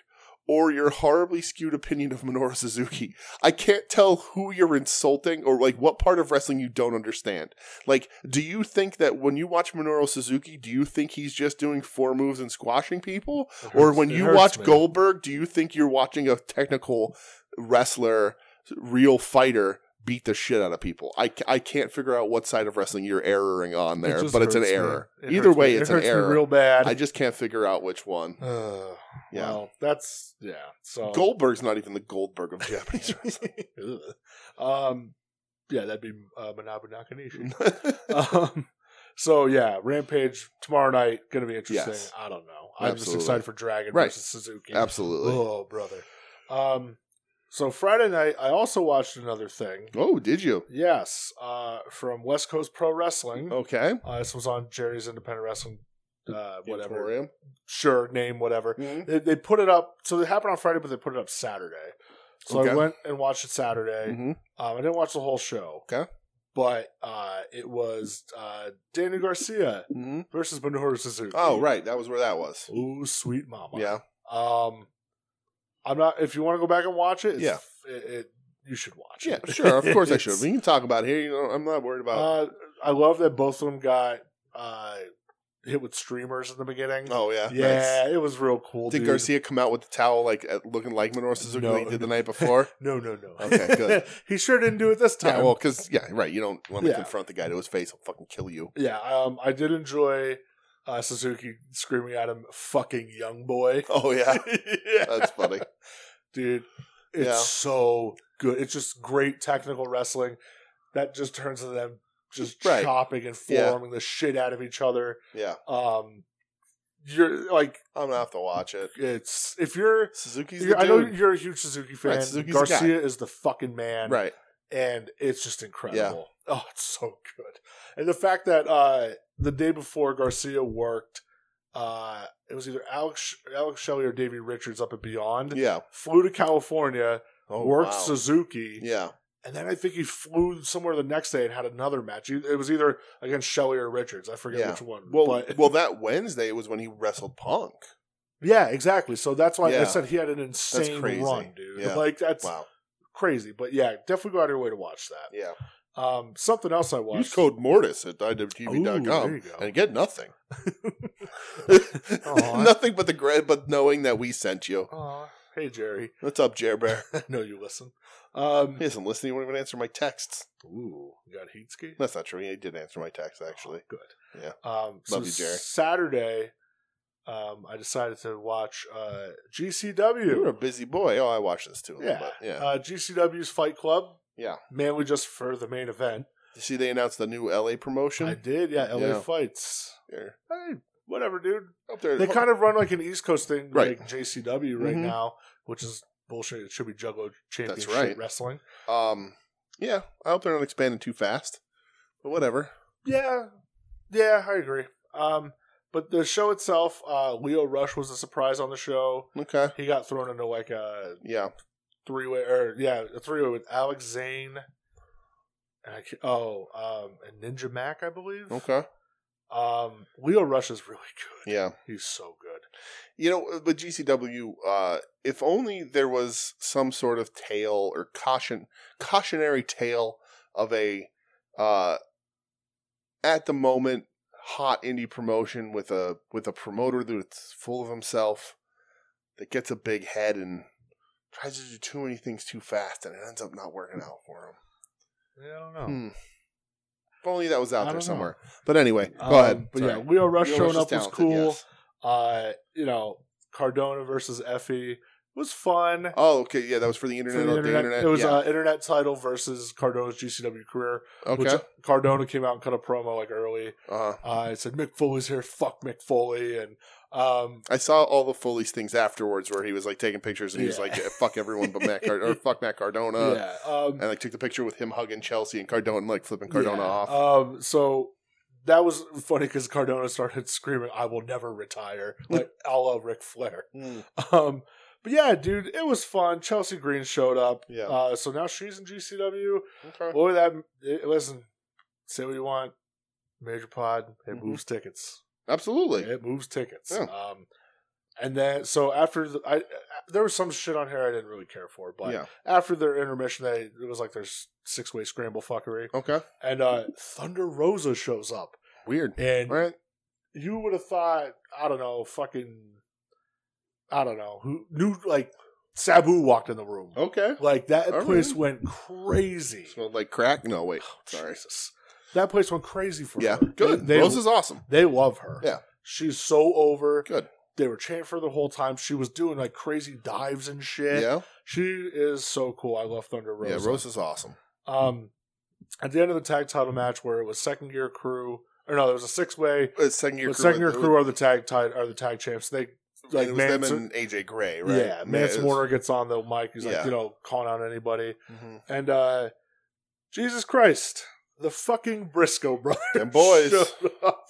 or your horribly skewed opinion of Minoru Suzuki. I can't tell who you're insulting or like what part of wrestling you don't understand. Like, do you think that when you watch Minoru Suzuki, do you think he's just doing four moves and squashing people? It or hurts- when it you hurts watch me. Goldberg, do you think you're watching a technical wrestler, real fighter beat the shit out of people? I, ca- I can't figure out what side of wrestling you're erroring on It there, just but it's an hurts me. error. It Either hurts me. way, It it's hurts an me error. real bad. I just can't figure out which one. Ugh. Yeah. Well, that's yeah. So Goldberg's not even the Goldberg of Japanese wrestling. um, yeah, that'd be uh, Manabu Nakanishi. Ugh. um, so yeah, Rampage tomorrow night gonna be interesting. Yes. I don't know. I'm just Absolutely. excited for Dragon Right. versus Suzuki. Absolutely. Oh brother. Um, so Friday night, I also watched another thing. Oh, did you? Yes, uh, from West Coast Pro Wrestling. Okay. Uh, this was on Jerry's Independent Wrestling, uh, whatever, Emporium. sure name, whatever. Mhm. They, they put it up. So it happened on Friday, but they put it up Saturday. So Okay. I went and watched it Saturday. Mhm. Um, I didn't watch the whole show. Okay. But uh, it was uh, Danny Garcia Mhm. versus Minoru Suzuki. Oh, right. That was where that was. Ooh, sweet mama. Yeah. Um, I'm not. If you want to go back and watch it, it's, Yeah. it, it, you should watch Yeah, it. sure. Of course I should. It's- We can talk about it here. You know, I'm not worried about. Uh, I love that both of them got uh, hit with streamers in the beginning. oh yeah. nice. yeah, it was real cool. Did dude. Garcia come out with the towel like at, looking like Minoru Suzuki No. like he did the night before? No, no, no. Okay, good. he sure didn't do it this time. yeah, well, because yeah, right. You don't want to Yeah. confront the guy to his face; he'll fucking kill you. Yeah, um, I did enjoy uh, Suzuki screaming at him, "Fucking young boy." Oh yeah, yeah, that's funny. dude. It's Yeah. so good. It's just great technical wrestling that just turns to them just Right. chopping and Yeah. forearming the shit out of each other. Yeah, Um, you're like, I'm gonna have to watch it. it's if you're, Suzuki's the you're I know dude. you're a huge Suzuki fan. Right, Suzuki's the guy. Garcia is the fucking man, right. and it's just incredible. Oh, it's so good. And the fact that uh, the day before Garcia worked, uh, it was either Alex Alex Shelley or Davey Richards up at Beyond Yeah. flew to California, Oh, worked wow. Suzuki, Yeah. and then I think he flew somewhere the next day and had another match. It was either against Shelley or Richards. I forget Yeah. which one. Well, but, well, that Wednesday was when he wrestled Punk. yeah, exactly. So that's why I Yeah. said he had an insane crazy. run, dude. Yeah. Like that's Wow. crazy. But yeah, definitely go out of your way to watch that. Yeah. Um, something else I watched. Use code Mortis at Ooh, there IWTV.com you go. and get nothing. Aw. nothing but the gra- but knowing that we sent you. Aw, hey Jerry, What's up, Jer Bear? I know you listen. Um, He doesn't listen. He won't even answer my texts. ooh, you got heat ski. That's not true. He did answer my text actually. good. Yeah. Um, so Love you, Jerry. Saturday, um, I decided to watch uh, You were a GCW. busy boy. Oh, I watched this too. Yeah. but yeah. Uh, GCW's Fight Club. Yeah. Manly just for the main event. you see, they announced the new LA promotion. I did, yeah. LA Yeah. Fights. They're Hey, whatever, dude. up there, oh, They kind of run like an East Coast thing, Right. like JCW right Mhm. now, which is bullshit. It should be Juggalo Championship right. Wrestling. um, yeah. I hope they're not expanding too fast, but whatever. Yeah, yeah, I agree. Um, but the show itself, uh, Leo Rush was a surprise on the show. Okay. He got thrown into like a Yeah. three way, or yeah, a three way with Alex Zane. And I, ca- oh, um, and Ninja Mac, I believe. Okay. Um, Leo Rush is really good. Yeah. He's so good. You know, but GCW, uh, if only there was some sort of tale or caution, cautionary tale of a, uh, at the moment hot indie promotion with a with a promoter that's full of himself, that gets a big head and tries to do too many things too fast, and it ends up not working out for him. Yeah, I don't know. Hmm. If only that was Oh. I out there don't know. somewhere. But anyway, go Um, ahead. But Sorry. yeah, Leo Rush Leo showing is up was talented, cool. yes. Uh, you know, Cardona versus Effie was fun. Oh, okay. Yeah, that was for the For internet. the or internet. It was yeah. uh, internet title versus Cardona's GCW career. Okay. Which Cardona came out and cut a promo like early. uh, Uh, it said Mick Foley's here. Fuck Mick Foley, and um, I saw all the Foley's things afterwards where he was like taking pictures and he was Yeah. like, "Fuck everyone but Matt Card- or fuck Matt Cardona," yeah, um, Uh, and like took the picture with him hugging Chelsea and Cardona like flipping Cardona yeah. off. Um, so that was funny because Cardona started screaming, "I will never retire," like a la Ric Flair. Um, but yeah, dude, it was fun. Chelsea Green showed up, Yeah. uh, so now she's in GCW. Okay. Boy, that it, listen, say what you want, Major Pod, it Mhm. moves tickets. Absolutely. It moves tickets. Yeah. Um, and then so after the, I, I- there was some shit on here I didn't really care for, but yeah. after their intermission, they it was like their six way scramble fuckery, Okay. and uh, Thunder Rosa shows up, Weird. and All right. you would have thought I don't know, fucking, I don't know who knew like Sabu walked in the room, Okay. like that All place right. went crazy. Smelled like crack. No, wait. Oh, Sorry. Jesus. That place went crazy for Yeah. her. Good. They, Rose they, is awesome. they love her. Yeah. She's so over. Good. They were chanting for her the whole time. She was doing like crazy dives and shit. Yeah. She is so cool. I love Thunder Rosa. Yeah. Rose is awesome. Um, at the end of the tag title match, where it was second gear crew, or no, there was a six way. It's second year The crew. second gear it crew are the tag ti- are the tag champs. They was- like it was them Manson- and AJ Gray, right? yeah. Mance it was- Warner gets on the mic. He's like, Yeah. you know, calling out anybody. Mhm. And uh Jesus Christ, the fucking Briscoe brothers. Them boys. showed up.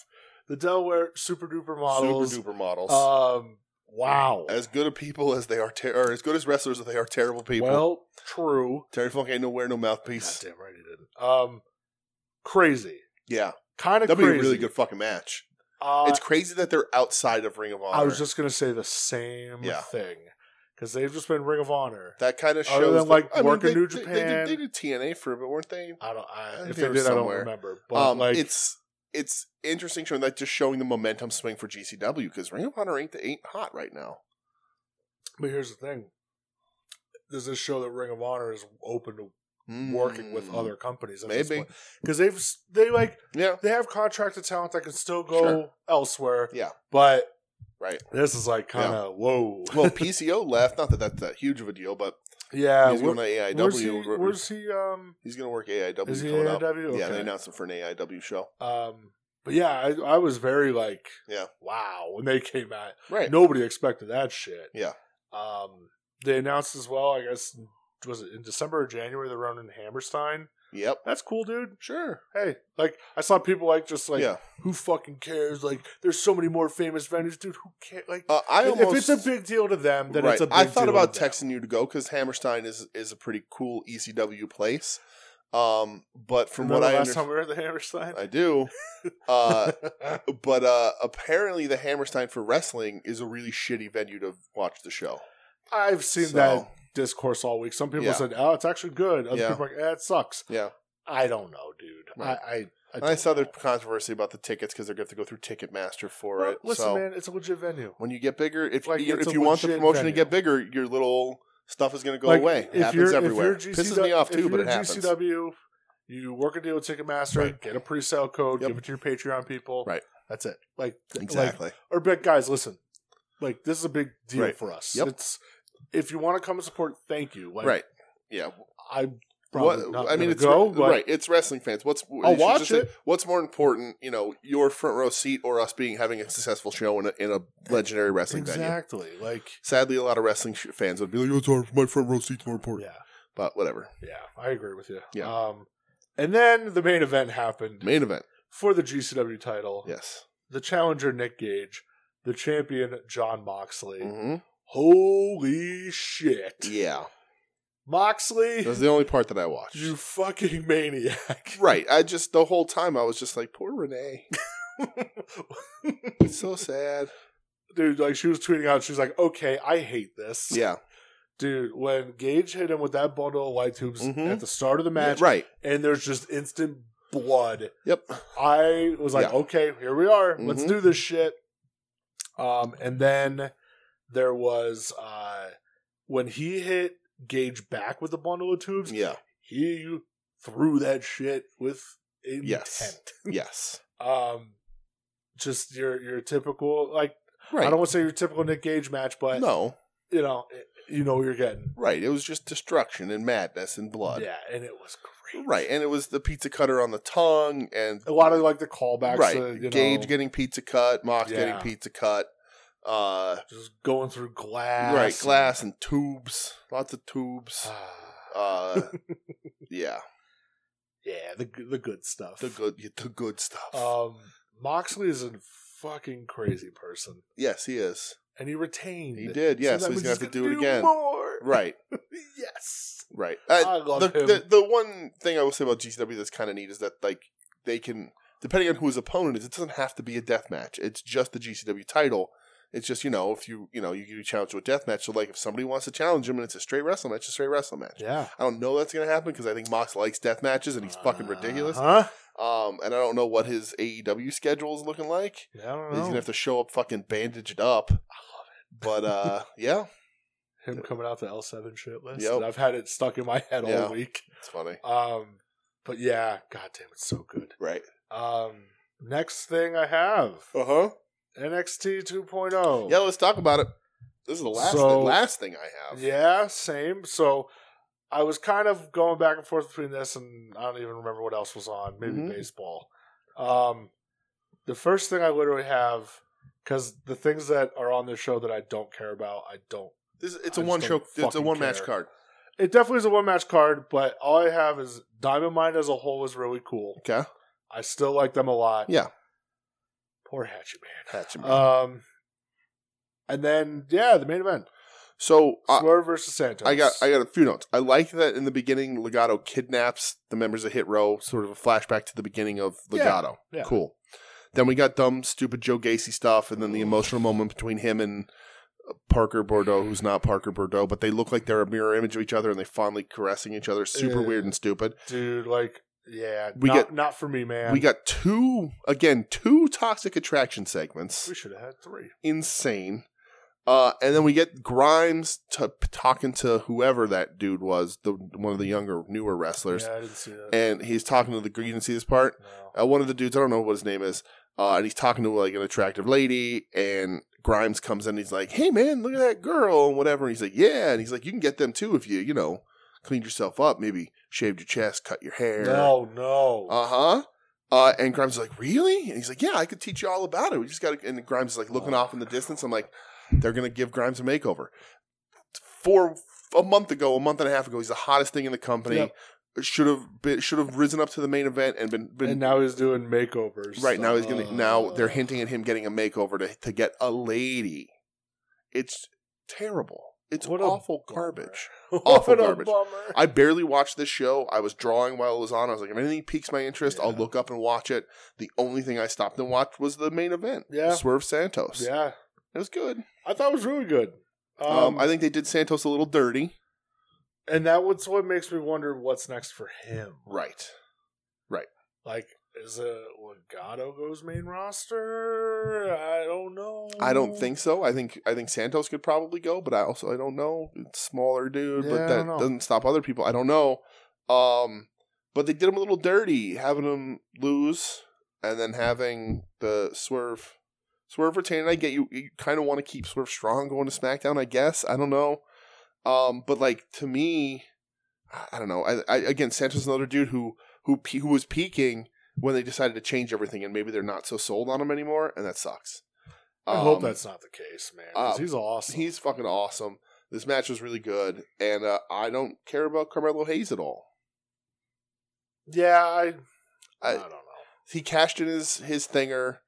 The Delaware super duper models. Super duper models. Um, wow. as good of people as they are, ter- or as good as wrestlers as they are, terrible people. Well, true. Terry Funk ain't nowhere, no mouthpiece. God damn right he didn't. Um, crazy. Yeah, Kind of that'd crazy. be a really good fucking match. Uh, it's crazy that they're outside of Ring of Honor. I was just gonna say the same Yeah. thing because they've just been Ring of Honor. that kind of shows Other than, that- like, I mean, work in they- New they- they did- Japan. They, did TNA for a bit, weren't they? I don't. I, I if they think did, they're I don't somewhere. remember. But um, like, it's it's interesting showing that just showing the momentum swing for GCW because Ring of Honor ain't the, ain't hot right now. but here's the thing: does this show that Ring of Honor is open to working with Mm, other companies? At Maybe. because they've s- they like Yeah, they have contracted talent that can still go Sure. elsewhere. Yeah. But right. this is like kind of whoa. Well, PCO left. Not that that's that huge of a deal, but yeah. he's where- going to AIW. where's he? We're- Where's he? Um. he's going to work AIW Is he coming up. AIW? Okay. Yeah, they announced him for an AIW show. Um. But yeah, I, I was very like, Yeah. wow, when they came out. Right. Nobody expected that shit. Yeah. Um. They announced as well. I guess was it in December or January the Ronan Hammerstein. Yep. That's cool, dude. Sure. Hey, like I saw people like just like yeah. who fucking cares? Like there's so many more famous vendors, dude. Who cares? Like Uh, I if, almost. if it's a big deal to them, then right. it's a big I thought deal about to them. texting you to go because Hammerstein is is a pretty cool ECW place. Um, but from Remember what I last understand, time we were at the Hammerstein, I do. Uh, but uh, apparently the Hammerstein for wrestling is a really shitty venue to watch the show. I've seen So, that discourse all week. Some people Yeah. said, "Oh, it's actually good." Other Yeah. people are like, eh, "It sucks." Yeah. I don't know, dude. Right. I I, I, And I don't saw the know. controversy about the tickets because they're going to have to go through Ticketmaster for Well, it. Listen, so man, it's a legit venue. when you get bigger, if Like, you're, it's if a you want the legit promotion venue. to get bigger, your little stuff is going to go Like, away. It if happens you're- if everywhere. you're Pisses me off if too, but you're it happens. GCW, you work a deal with Ticketmaster, Right. get a pre-sale code, Yep. give it to your Patreon people. Right. That's it. Like th- Like, Exactly. or but guys, listen. Like this is a big deal Right. for us. Yep. It's if you want to come and support, thank you. Like, right. Yeah. I'm probably What- not I mean, it's it's go. re- but right. It's wrestling fans. What's I'll you should watch just say, it. what's more important? You know, your front row seat or us being having a successful show in a, in a legendary wrestling venue. Exactly. Like Sadly, a lot of wrestling sh- fans would be like, "Oh, it's our- my front row seat's more important." yeah, But whatever. yeah. I agree with you. Yeah. Um, and then the main event happened Main event. for the GCW title. Yes. The challenger Nick Gage, the champion John Moxley. hmm Holy shit. Yeah. Moxley, That was the only part that I watched. you fucking maniac. right. I just the whole time I was just like, "Poor Renee." it's so sad. Dude, like she was tweeting out, she's like, okay, I hate this. Yeah. Dude, when Gage hit him with that bundle of light tubes Mhm. at the start of the match, Right. and there's just instant blood, Yep. I was like, Yeah. okay, here we are. Let's Mhm. do this shit. Um, and then there was uh when he hit Gage back with the bundle of tubes, Yeah. he threw that shit with intent. Yes. Yes. Um, just your your typical like Right. I don't want to say your typical Nick Gage match, but no. you know it- you know what you're getting. Right. It was just destruction and madness and blood. Yeah, and it was great. Right, and it was the pizza cutter on the tongue, and a lot of like the callbacks. right, uh, Oh, you Gage know, getting pizza cut, Mox Yeah. getting pizza cut, uh, just going through glass. right, glass and tubes, lots of tubes. Ah. Uh, yeah, Yeah, the the good stuff. The good, the good stuff. Um, Moxley is a fucking crazy person, yes, he is. and he retained. He did. Yes, that so he's means gonna have to do it again. More. Right, yes, right. I Uh, love the, him. the the one thing I will say about GCW that's kind of neat is that like they can, depending on who his opponent is, it doesn't have to be a death match. It's just the GCW title. It's just you know if you you know you get challenged to a death match. So like if somebody wants to challenge him and it's a straight wrestling match, it's a straight wrestling match. yeah, I don't know that's gonna happen because I think Mox likes death matches and he's fucking Uh-huh. ridiculous. Huh? Um, and I don't know what his AEW schedule is looking like. Yeah, I don't know. He's gonna have to show up fucking bandaged up. But uh, yeah, him coming out the L seven shit list. Yep. And I've had it stuck in my head Yeah. all week. it's funny, Um, but yeah, goddamn, it's so good. right? Um, next thing I have Uh huh. NXT 2.0. Yeah, let's talk about it. This is the last So- the last thing I have. Yeah, same. So I was kind of going back and forth between this and I don't even remember what else was on. Maybe Mhm. baseball. Um, the first thing I literally have because the things that are on this show that I don't care about, I don't. This, it's I a just one don't show. It's a fucking one match care. card. It definitely is a one match card, but all I have is Diamond Mine as a whole was really cool. Okay. I still like them a lot. Yeah. Poor Hatchet Man. Hatchet Man. Um, and then yeah, the main event: so I, Swerve versus Santos. Uh, I got I got a few notes. I like that in the beginning, Legato kidnaps the members of Hit Row, sort of a flashback to the beginning of Legato. Yeah, yeah. Cool. Then we got dumb, stupid Joe Gacy stuff, and then the Oof. emotional moment between him and uh, Parker Bordeaux, who's not Parker Bordeaux, but they look like they're a mirror image of each other, and they fondly caressing each other. Super Yeah. weird and stupid. dude. Like yeah, we We not, get- not for me, man. We got two again, two toxic attraction segments. We should have had three. insane. Uh, and then we get Grimes to, talking to whoever that dude was, the one of the younger, newer wrestlers, yeah, I didn't see that. and he's talking to the. You didn't see this part. no. Uh, one of the dudes, I don't know what his name is, uh, and he's talking to like an attractive lady, and Grimes comes in, and he's like, "Hey man, look at that girl," and whatever. And he's like, "Yeah," and he's like, "You can get them too if you, you know, cleaned yourself up, maybe shaved your chest, cut your hair." No, no. Uh-huh. Uh And Grimes is like, really? And he's like, yeah, I could teach you all about it. We just got to. And Grimes is like looking off in the distance. I'm like, they're gonna give Grimes a makeover. For a month ago, a month and a half ago, he's the hottest thing in the company. Yep. Should have been should have risen up to the main event and been been and now he's doing makeovers. right now. He's gonna now Uh, they're hinting at him getting a makeover to to get a lady. It's terrible. It's What a awful bummer. garbage. What awful a garbage. bummer. I barely watched this show. I was drawing while it was on. I was like, if anything piques my interest, I'll Yeah. look up and watch it. The only thing I stopped and watched was the main event. Yeah. Swerve Santos. yeah, It was good. I thought it was really good. Um, I think they did Santos a little dirty. and that was what makes me wonder what's next for him. Right. Like, is it Legato goes main roster? I don't know. I don't think so. I think I think Santos could probably go, but I also I don't know. It's smaller dude, Yeah, but I that don't know. doesn't stop other people. I don't know. Um but they did him a little dirty, having him lose and then having the swerve swerve retain. I get you you kinda want to keep Swerve strong going to SmackDown, I guess. I don't know. Um but like to me I- I don't know. I, I again Santos is another dude who who pe- who was peaking when they decided to change everything and maybe they're not so sold on him anymore and that sucks. I hope Um, that's not the case, man. 'cause um, he's awesome. He's fucking awesome. This match was really good, and uh, I don't care about Carmelo Hayes at all. yeah, I, I, I- don't know. He cashed in his his thinger,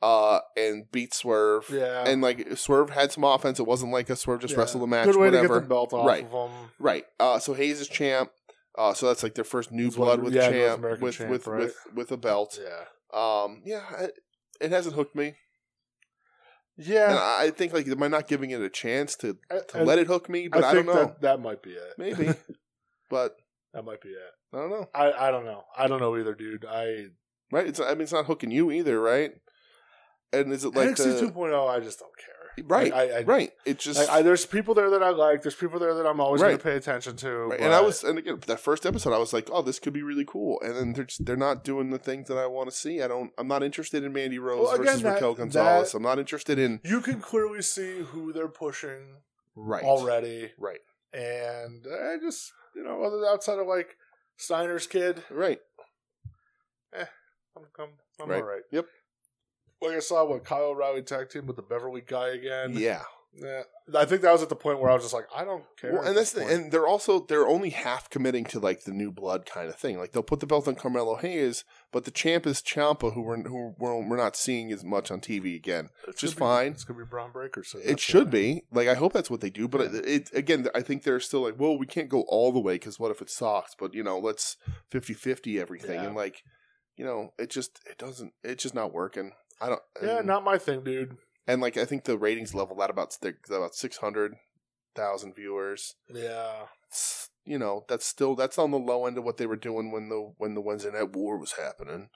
uh, and beat Swerve, Yeah, and like Swerve had some offense. It wasn't like a Swerve just yeah. wrestled the match, Good way to whatever. get the belt off Right. of him. Right. Uh, so Hayes is champ. Uh, so that's like their first new He's blood one- with yeah, North champ, American with champ, with, right. with with a belt. Yeah, Um, yeah, I, it hasn't hooked me, and yeah. I I think like am I not giving it a chance to I- to I- let it hook me? But I, think don't know. that that might be it. Maybe, but that might be it. I don't know. I I don't know. I don't know either, dude. I Right? It's I mean it's not hooking you either, right? And is it like NXT the, 2.0. oh, I just don't care. Right, I, I, I- right? It's just like, I, there's people there that I like. There's people there that I'm always going Right. to pay attention to. right. and I but- was and again that first episode I was like, oh, this could be really cool, and then they're just, they're not doing the things that I want to see. I don't. I'm not interested in Mandy Rose Well, again, versus that- Raquel Gonzalez. that- I'm not interested in You can clearly see who they're pushing right, already, right, and I just you know, other outside of like Steiner's kid, right. I'm I'm, I'm Right. all right. Yep. Like I saw what Kyle O'Reilly tag team with the Beverly guy again. Yeah, Yeah, I think that was at the point where I was just like, I don't care. Well, at and that's this the, point. and they're also they're only half committing to like the new blood kind of thing. Like they'll put the belt on Carmelo Hayes, but the champ is Champa, who we're who we're, we're not seeing as much on TV again. It just could be- fine. It's gonna be Braun Breaker. So It should be like I hope that's what they do, but it, it again I think they're still like, well, we can't go all the way because what if it sucks? But you know, let's 50-50 everything, Yeah. and like you know, it just it doesn't it's just not working. I don't. Yeah, and- not my thing, dude. and like I think the ratings leveled at about six- about six hundred thousand viewers. Yeah, It's, you know, that's still that's on the low end of what they were doing when the when the Wednesday Night War was happening.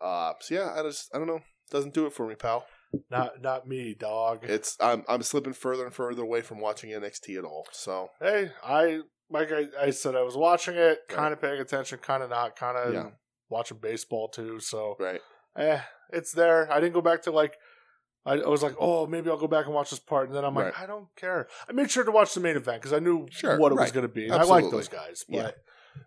Uh, so yeah, I just I don't know, doesn't do it for me, pal. not not me, dog. It's I'm I'm slipping further and further away from watching NXT at all. So hey, I like I, I said, I was watching it, kind of paying attention, kind of not, kind of Yeah. watching baseball too. So right, eh, it's there. I didn't go back to like. I, I was like, oh, maybe I'll go back and watch this part, and then I'm like, Right. I don't care. I made sure to watch the main event because I knew Sure, what it was right. going to be. And I like Absolutely. those guys, but Yeah.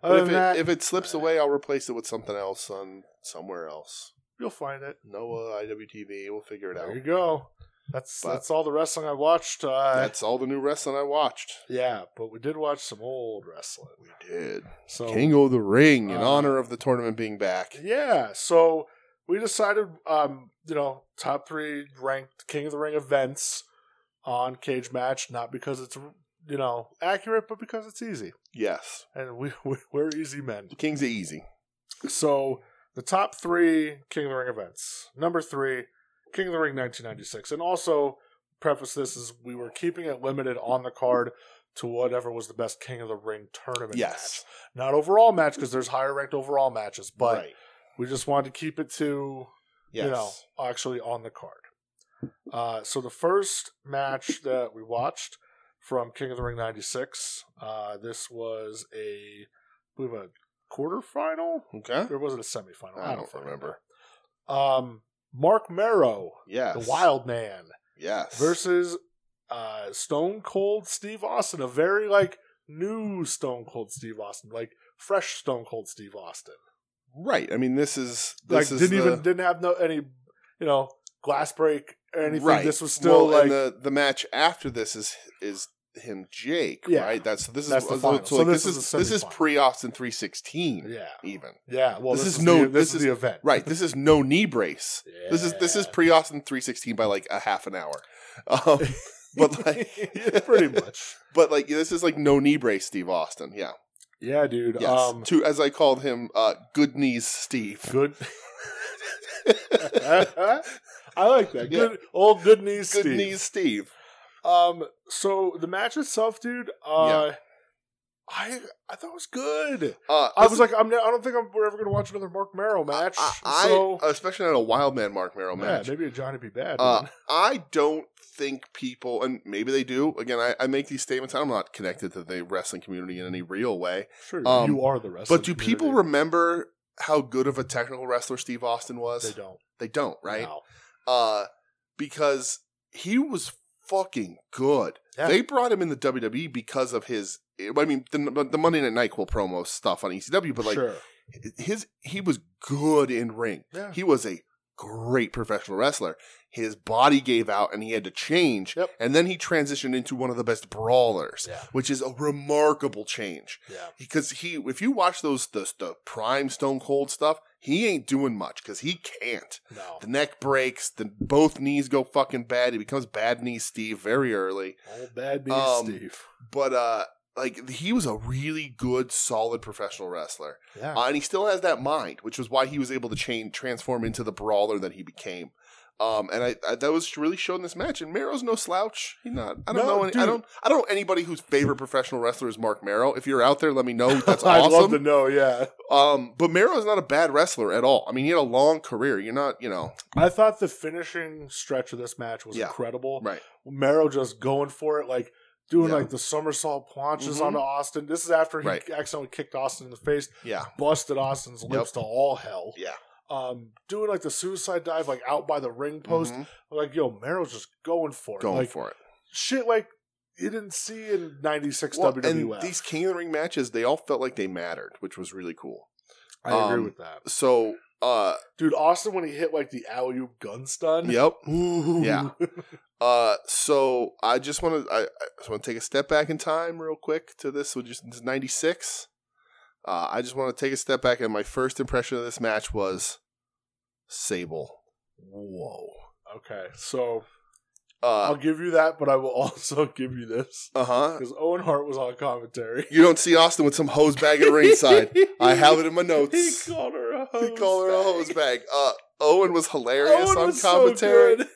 other but if than it, that, if it slips away, I'll replace it with something else on somewhere else. you'll find it. Noah, IWTV, we'll figure it out. There you go. That's But- that's all the wrestling I watched. Uh, That's all the new wrestling I watched. yeah, but we did watch some old wrestling. We did. So King of the Ring in Uh, honor of the tournament being back. Yeah, so we decided, um, you know, top three ranked King of the Ring events on Cage Match, not because it's you know accurate, but because it's easy, Yes. and we, we we're easy men. King's easy. So the top three King of the Ring events. Number three, King of the Ring 1996, and also preface this is we were keeping it limited on the card to whatever was the best King of the Ring tournament Yes. match, not overall match because there's higher ranked overall matches, but Right. we just wanted to keep it to Yes. you know, actually on the card. Uh, so the first match that we watched from King of the Ring '96, uh, this was a, I believe a quarterfinal. Okay. There wasn't a semifinal. I don't fucking remember. know. Um, Mark Merrow, Yes. the Wild Man, Yes. versus uh, Stone Cold Steve Austin, a very like new Stone Cold Steve Austin, like fresh Stone Cold Steve Austin. Right. I mean, this is like this is didn't the, even didn't have no any you know glass break or anything. Right. This was still Well, like and the the match after this is is him Jake. Yeah. Right. That's this is That's the so, final. so So like, this this, is is the this is semifinal. pre Austin three sixteen yeah even. yeah. Well, This this, is is no- the, this, this is, is- the event Right. This is no knee brace. This is this is Yeah. pre Austin three sixteen by like a half an hour. Um, but like pretty much But like this is like no knee brace Steve Austin. Yeah. yeah, dude. Yes. Um, to as I called him, uh, good knees Steve. good. I like that. Yeah. Good old good knees, good Steve. knees Steve. Um, so the match itself, dude. Uh, I I thought it was good. Uh, I was listen, like, I'm. ne- I don't think I'm, we're ever gonna watch another Mark Merrill match. I, I- so especially on a wild man Mark Merrill yeah, match. maybe a Johnny be bad. uh, man. I don't think people, and maybe they do. Again, I, I make these statements. I'm not connected to the wrestling community in any real way. sure, um, you are the rest. But do people remember how good of a technical wrestler Steve Austin was? They don't. They don't, right? No. Uh, because he was fucking good. Yeah. They brought him in the WWE because of his. I mean, the, the Monday Night Nyquil promo stuff on ECW, but like sure. his, he was good in ring. Yeah. He was a great professional wrestler. His body gave out, and he had to change. Yep. And then he transitioned into one of the best brawlers, Yeah. which is a remarkable change. Yeah. Because he, if you watch those the, the prime Stone Cold stuff, he ain't doing much because he can't. No. The neck breaks. The both knees go fucking bad. He becomes bad knee Steve very early. Old bad knees, Um, Steve. But uh, like he was a really good, solid professional wrestler, Yeah. uh, and he still has that mind, which was why he was able to change, transform into the brawler that he became. Um, and I, I that was really shown in this match. And Marrow's no slouch. He not. I don't No, know. Any, I dude. don't. I don't know anybody whose favorite professional wrestler is Mark Marrow. If you're out there, let me know. That's awesome. I'd love to know. Yeah. Um, but Marrow's not a bad wrestler at all. I mean, he had a long career. You're not. You know. I thought the finishing stretch of this match was Yeah. incredible. Right. Merrill just going for it, like doing Yeah. like the somersault planches Mhm. onto Austin. This is after he Right. accidentally kicked Austin in the face, Yeah. busted Austin's lips to all hell. Yeah. Um, doing like the suicide dive, like out by the ring post. Mhm. I'm Like, yo, Merrill's just going for it. Going like, for it. Shit, like you didn't see in '96 Well, WWF. And these King of the Ring matches, they all felt like they mattered, which was really cool. I agree um, with that. So Uh, Dude, Austin when he hit like the alley oop gun stun. yep. Ooh. Yeah. Uh, so I just want to I, I just want to take a step back in time real quick to this, which is ninety six. Uh, I just want to take a step back, and my first impression of this match was Sable. Whoa. Okay. So I'll Uh give you that, but I will also give you this huh. because Owen Hart was on commentary. You don't see Austin with some hose bag at ringside. I have it in my notes. He called her a hose. He called her a hose bag. Uh, Owen was hilarious Owen on was so commentary. good.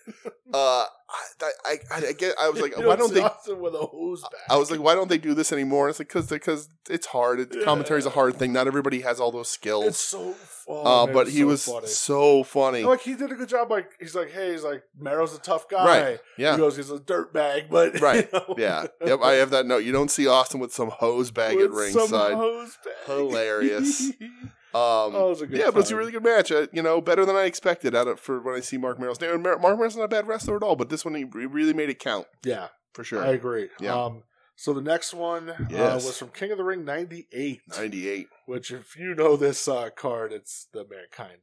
uh, I, I, I, I get. I was like, You why don't see they? Austin with a hose bag? I was like, why don't they do this anymore? And it's like because because it's hard. It, Yeah. Commentary's a hard thing. Not everybody has all those skills. it's so fun. uh, but he was funny. so funny. And, like he did a good job. Like he's like, hey, he's like Marrow's a tough guy. Right. He Yeah, goes, he's a dirt bag, but you Right. know, yeah, yep. I have that note. You don't see Austin with some hose bag with at some ringside. Um, hose bag. Hilarious. um, Um, oh, it was a good yeah, but it's a time. really good match. Uh, you know, better than I expected out of for when I see Mark Merrill's name. And Mer- Mark Merrill's not a bad wrestler at all, but this one he re- really made it count yeah, for sure. I agree. Yeah. Um, so the next one uh, Yes. was from King of the Ring '98, Ninety-eight. which, if you know this uh, card, it's the Mankind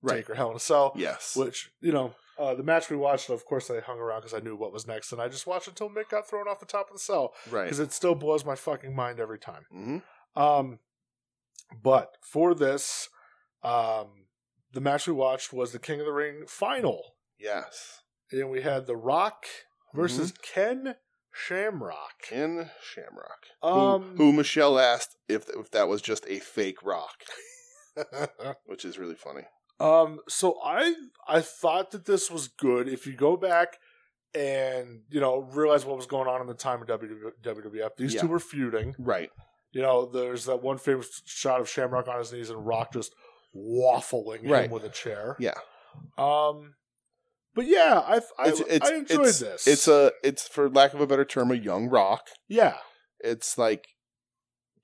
Right. Taker Hell in a Cell. Yes. Which you know, uh, the match we watched. Of course, I hung around because I knew what was next, and I just watched until Mick got thrown off the top of the cell right. because it still blows my fucking mind every time. hmm Um, but for this, um, the match we watched was the King of the Ring final, Yes. and we had The Rock versus Ken Shamrock. Mm-hmm. Ken Shamrock, who, Um, who Michelle asked if if that was just a fake rock, which is really funny. Um, so I I thought that this was good. If you go back and you know realize what was going on in the time of WW- WWF, these Yeah. two were feuding. Right. You know, there's that one famous shot of Shamrock on his knees and Rock just waffling Right. him with a chair. Yeah. Um, but yeah, I I, It's- it's- I enjoyed it's- this. It's a it's for lack of a better term a young rock. yeah. It's like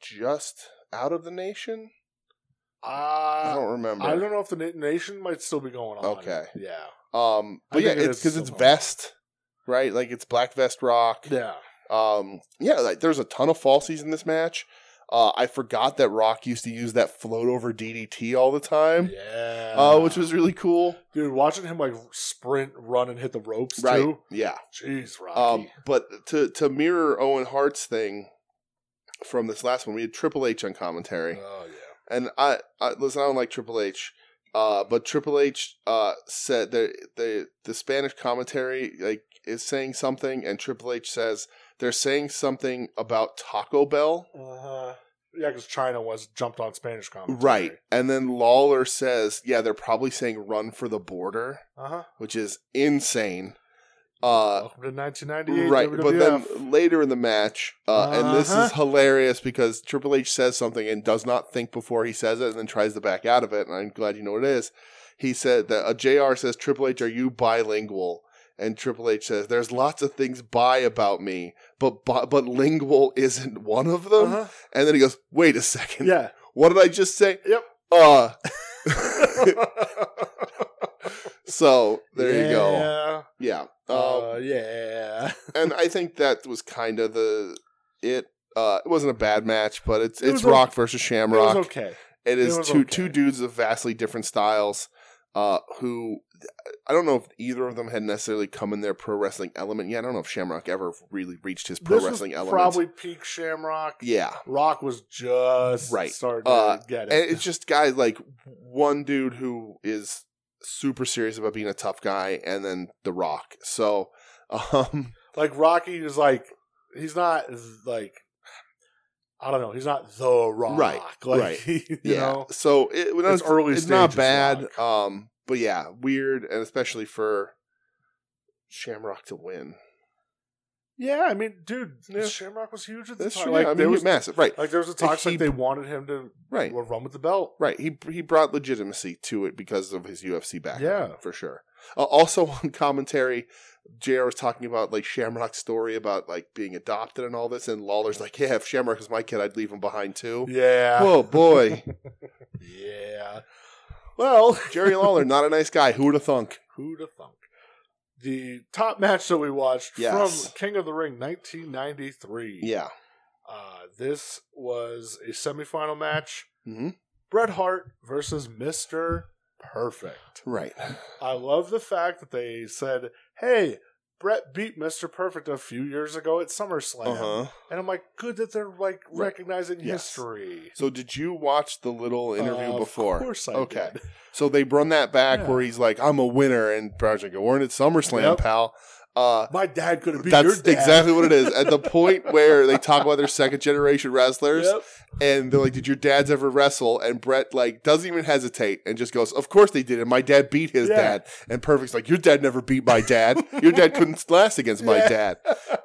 just out of the nation. I Uh, don't remember. I don't know if the na- nation might still be going on. Okay. Yeah. Um, I but yeah, think it it's is because it's somehow. vest, right? Like it's black vest rock. Yeah. Um, yeah, like there's a ton of falsies in this match. Uh, I forgot that Rock used to use that float over DDT all the time, Yeah. uh, which was really cool. dude watching him like sprint, run, and hit the ropes Right? too. Yeah. Jeez, Rocky. Um, but to to mirror Owen Hart's thing from this last one, we had Triple H on commentary. oh yeah. and I, I listen. I don't like Triple H, uh, but Triple H uh, said the the the Spanish commentary like is saying something, and Triple H says they're saying something about Taco Bell, Uh-huh. Yeah, because China was jumped on Spanish commentary. right? And then Lawler says, yeah, they're probably saying "Run for the border," Uh huh. which is insane. Uh, Welcome to 1998. Right, but WWF. then later in the match, uh, and this is Uh-huh. hilarious because Triple H says something and does not think before he says it, and then tries to back out of it. And I'm glad you know what it is. He said that uh, Jr. says, "Triple H, are you bilingual?" And Triple H says, "There's lots of things bi about me, but bi- but lingual isn't one of them." Uh-huh. And then he goes, "Wait a second, yeah. what did I just say?" Yep. Uh. so there you go. go. Yeah. Um, Uh, yeah. and I think that was kind of the it. Uh, it wasn't a bad match, but it's It it's was o- Rock It versus was Shamrock. okay. It is it was two okay. two dudes of vastly different styles. Uh, who I don't know if either of them had necessarily come in their pro wrestling element yet. I don't know if Shamrock ever really reached his pro This wrestling was element. probably peak Shamrock. yeah, Rock was just Right. starting Uh, to get it. and it's just guys like one dude who is super serious about being a tough guy, and then The Rock. So, um, like Rocky is like he's not like I don't know, he's not the Rock. Right, Like right. he- you yeah. know. So it, when It's it's, early it's not stages bad. Um, but yeah, weird, and especially for Shamrock to win. Yeah, I mean, dude, Yeah. Shamrock was huge at the That's time. true. Like yeah, I mean, there he was was massive. Right, like there was a talk he- like they wanted him to right, run with the belt. right. He he brought legitimacy to it because of his UFC background, Yeah. for sure. Uh, also on commentary, Jr. was talking about like Shamrock's story about like being adopted and all this, and Lawler's like, "Yeah, if Shamrock was my kid, I'd leave him behind too." Yeah. Oh boy, Yeah. Well, Jerry Lawler, not a nice guy. Who would have thunk? who to thunk? The top match that we watched Yes. from King of the Ring 1993. Yeah. Uh, this was a semifinal match. hmm Bret Hart versus Mr. Perfect. Right. I love the fact that they said, "Hey, Brett beat Mr. Perfect a few years ago at SummerSlam," Uh huh. and I'm like, "Good that they're like Right. recognizing Yes. history." So did you watch the little interview Uh, before? Of course, I Okay. did. So they run that back Yeah. where he's like, "I'm a winner," and Brown's like, "We're at SummerSlam, Yep. pal." Uh, My dad could have beat your that's dad. exactly what it is. At the point where they talk about their second generation wrestlers, Yep. and they're like, "Did your dads ever wrestle?" And Brett like doesn't even hesitate and just goes, "Of course they did." And my dad beat his Yeah. dad. And Perfect's like, "Your dad never beat my dad. Your dad couldn't last against my Yeah. dad."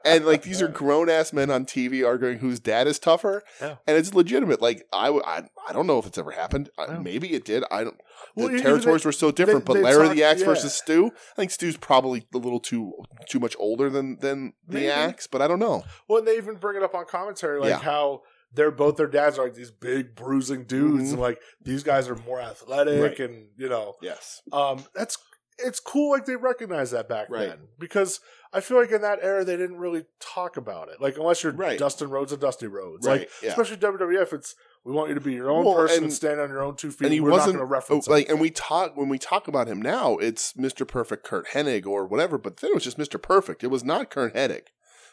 And like these are grown ass men on TV arguing whose dad is tougher, Yeah. and it's legitimate. Like I, w- I, I don't know if it's ever happened. I, No. Maybe it did. I don't. Well, the even territories were so different, they- but they Larry talked- the Axe yeah. versus Stu, I think Stu's probably a little too too much older than than Maybe. the Axe, but I don't know. Well, and they even bring it up on commentary, like Yeah. how they're both their dads are like these big bruising dudes, Mhm. and like these guys are more athletic, and you know, Yes, um, that's it's cool. Like they recognize that back Right. then, because I feel like in that era they didn't really talk about it, like unless you're Right. Dustin Rhodes and Dusty Rhodes, right. like yeah. especially WWF, it's we want you to be your own Well, person and, and- stand on your own two feet. and he We're wasn't- not going to Oh, reference it. like, and we talk when we talk about him now, it's Mr. Perfect, Kurt Hennig, or whatever. But then it was just Mr. Perfect. It was not Kurt Hennig.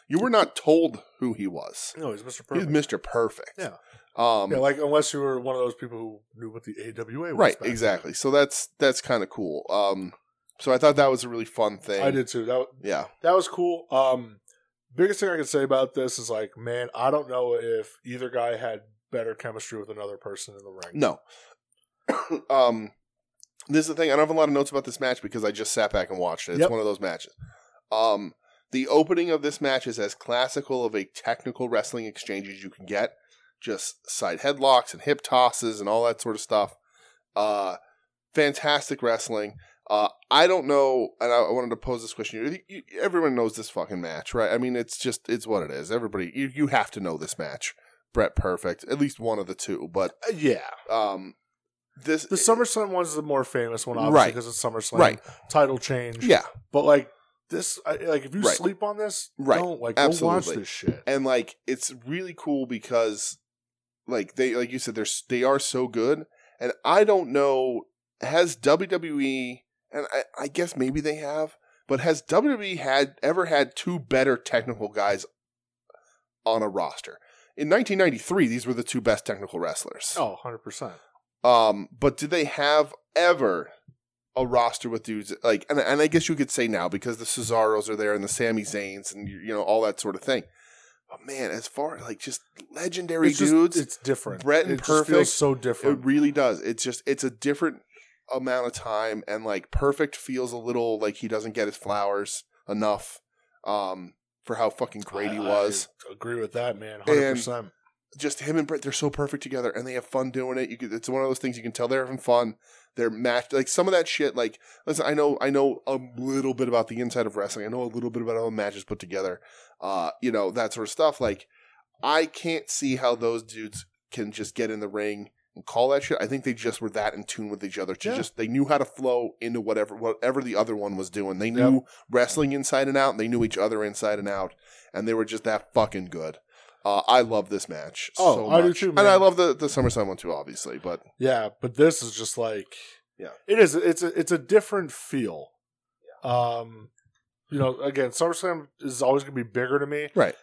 You were not told who he was. no, he's Mr. He was Perfect. Mr. Perfect. Yeah. Um, yeah, like unless you were one of those people who knew what the AWA was. right. back then. Exactly. So that's that's kind of cool. Um, so I thought that was a really fun thing. I did too. That Yeah. that was cool. Um, biggest thing I can say about this is like, man, I don't know if either guy had better chemistry with another person in the ring. No. um, this is the thing. I don't have a lot of notes about this match because I just sat back and watched it. It's Yep. one of those matches. Um, the opening of this match is as classical of a technical wrestling exchange as you can get. Just side headlocks and hip tosses and all that sort of stuff. Uh, fantastic wrestling. Uh, I don't know, and I, I wanted to pose this question. You- you- everyone knows this fucking match, right? I mean, it's just it's what it is. Everybody, you you have to know this match. Brett Perfect, at least one of the two, but Uh, yeah, um this the SummerSlam one's the more famous one, obviously, Right. because it's SummerSlam. right Title change. eh, yeah But like this, I, like if you Right. sleep on this, Right. don't like go watch Absolutely. this shit. and like it's really cool because like they like you said they're s- they are so good and i don't know has wwe and i, I guess maybe they have but has wwe had ever had two better technical guys on a roster in 1993 these were the two best technical wrestlers Oh, 100 percent. Um, but did they have ever a roster with dudes like? And, and I guess you could say now because the Cesaros are there and the Sami Zayn's and you know all that sort of thing. But man, as far as like just legendary It's just- dudes, it's different. Brett and it just Perfect, feels so it different. really does. It's just it's a different amount of time and like perfect feels a little like he doesn't get his flowers enough um for how fucking great he I- I was agree with that, man. 100. percent just him and Brett, they're so perfect together, and they have fun doing it. You could, it's one of those things you can tell they're having fun. They're matched like some of that shit. Like, listen, I know, I know a little bit about the inside of wrestling. I know a little bit about how a match is put together. Uh, you know that sort of stuff. Like, I can't see how those dudes can just get in the ring and call that shit. I think they just were that in tune with each other. To Yeah. just they knew how to flow into whatever whatever the other one was doing. They knew wrestling inside and out. And they knew each other inside and out, and they were just that fucking good. Uh, I love this match. Oh, so I do much. too, man. And I love the the SummerSlam one too, obviously. But Yeah, but this is just like Yeah. It is it's a it's a different feel. Um you know, again, SummerSlam is always going to be bigger to me. Right.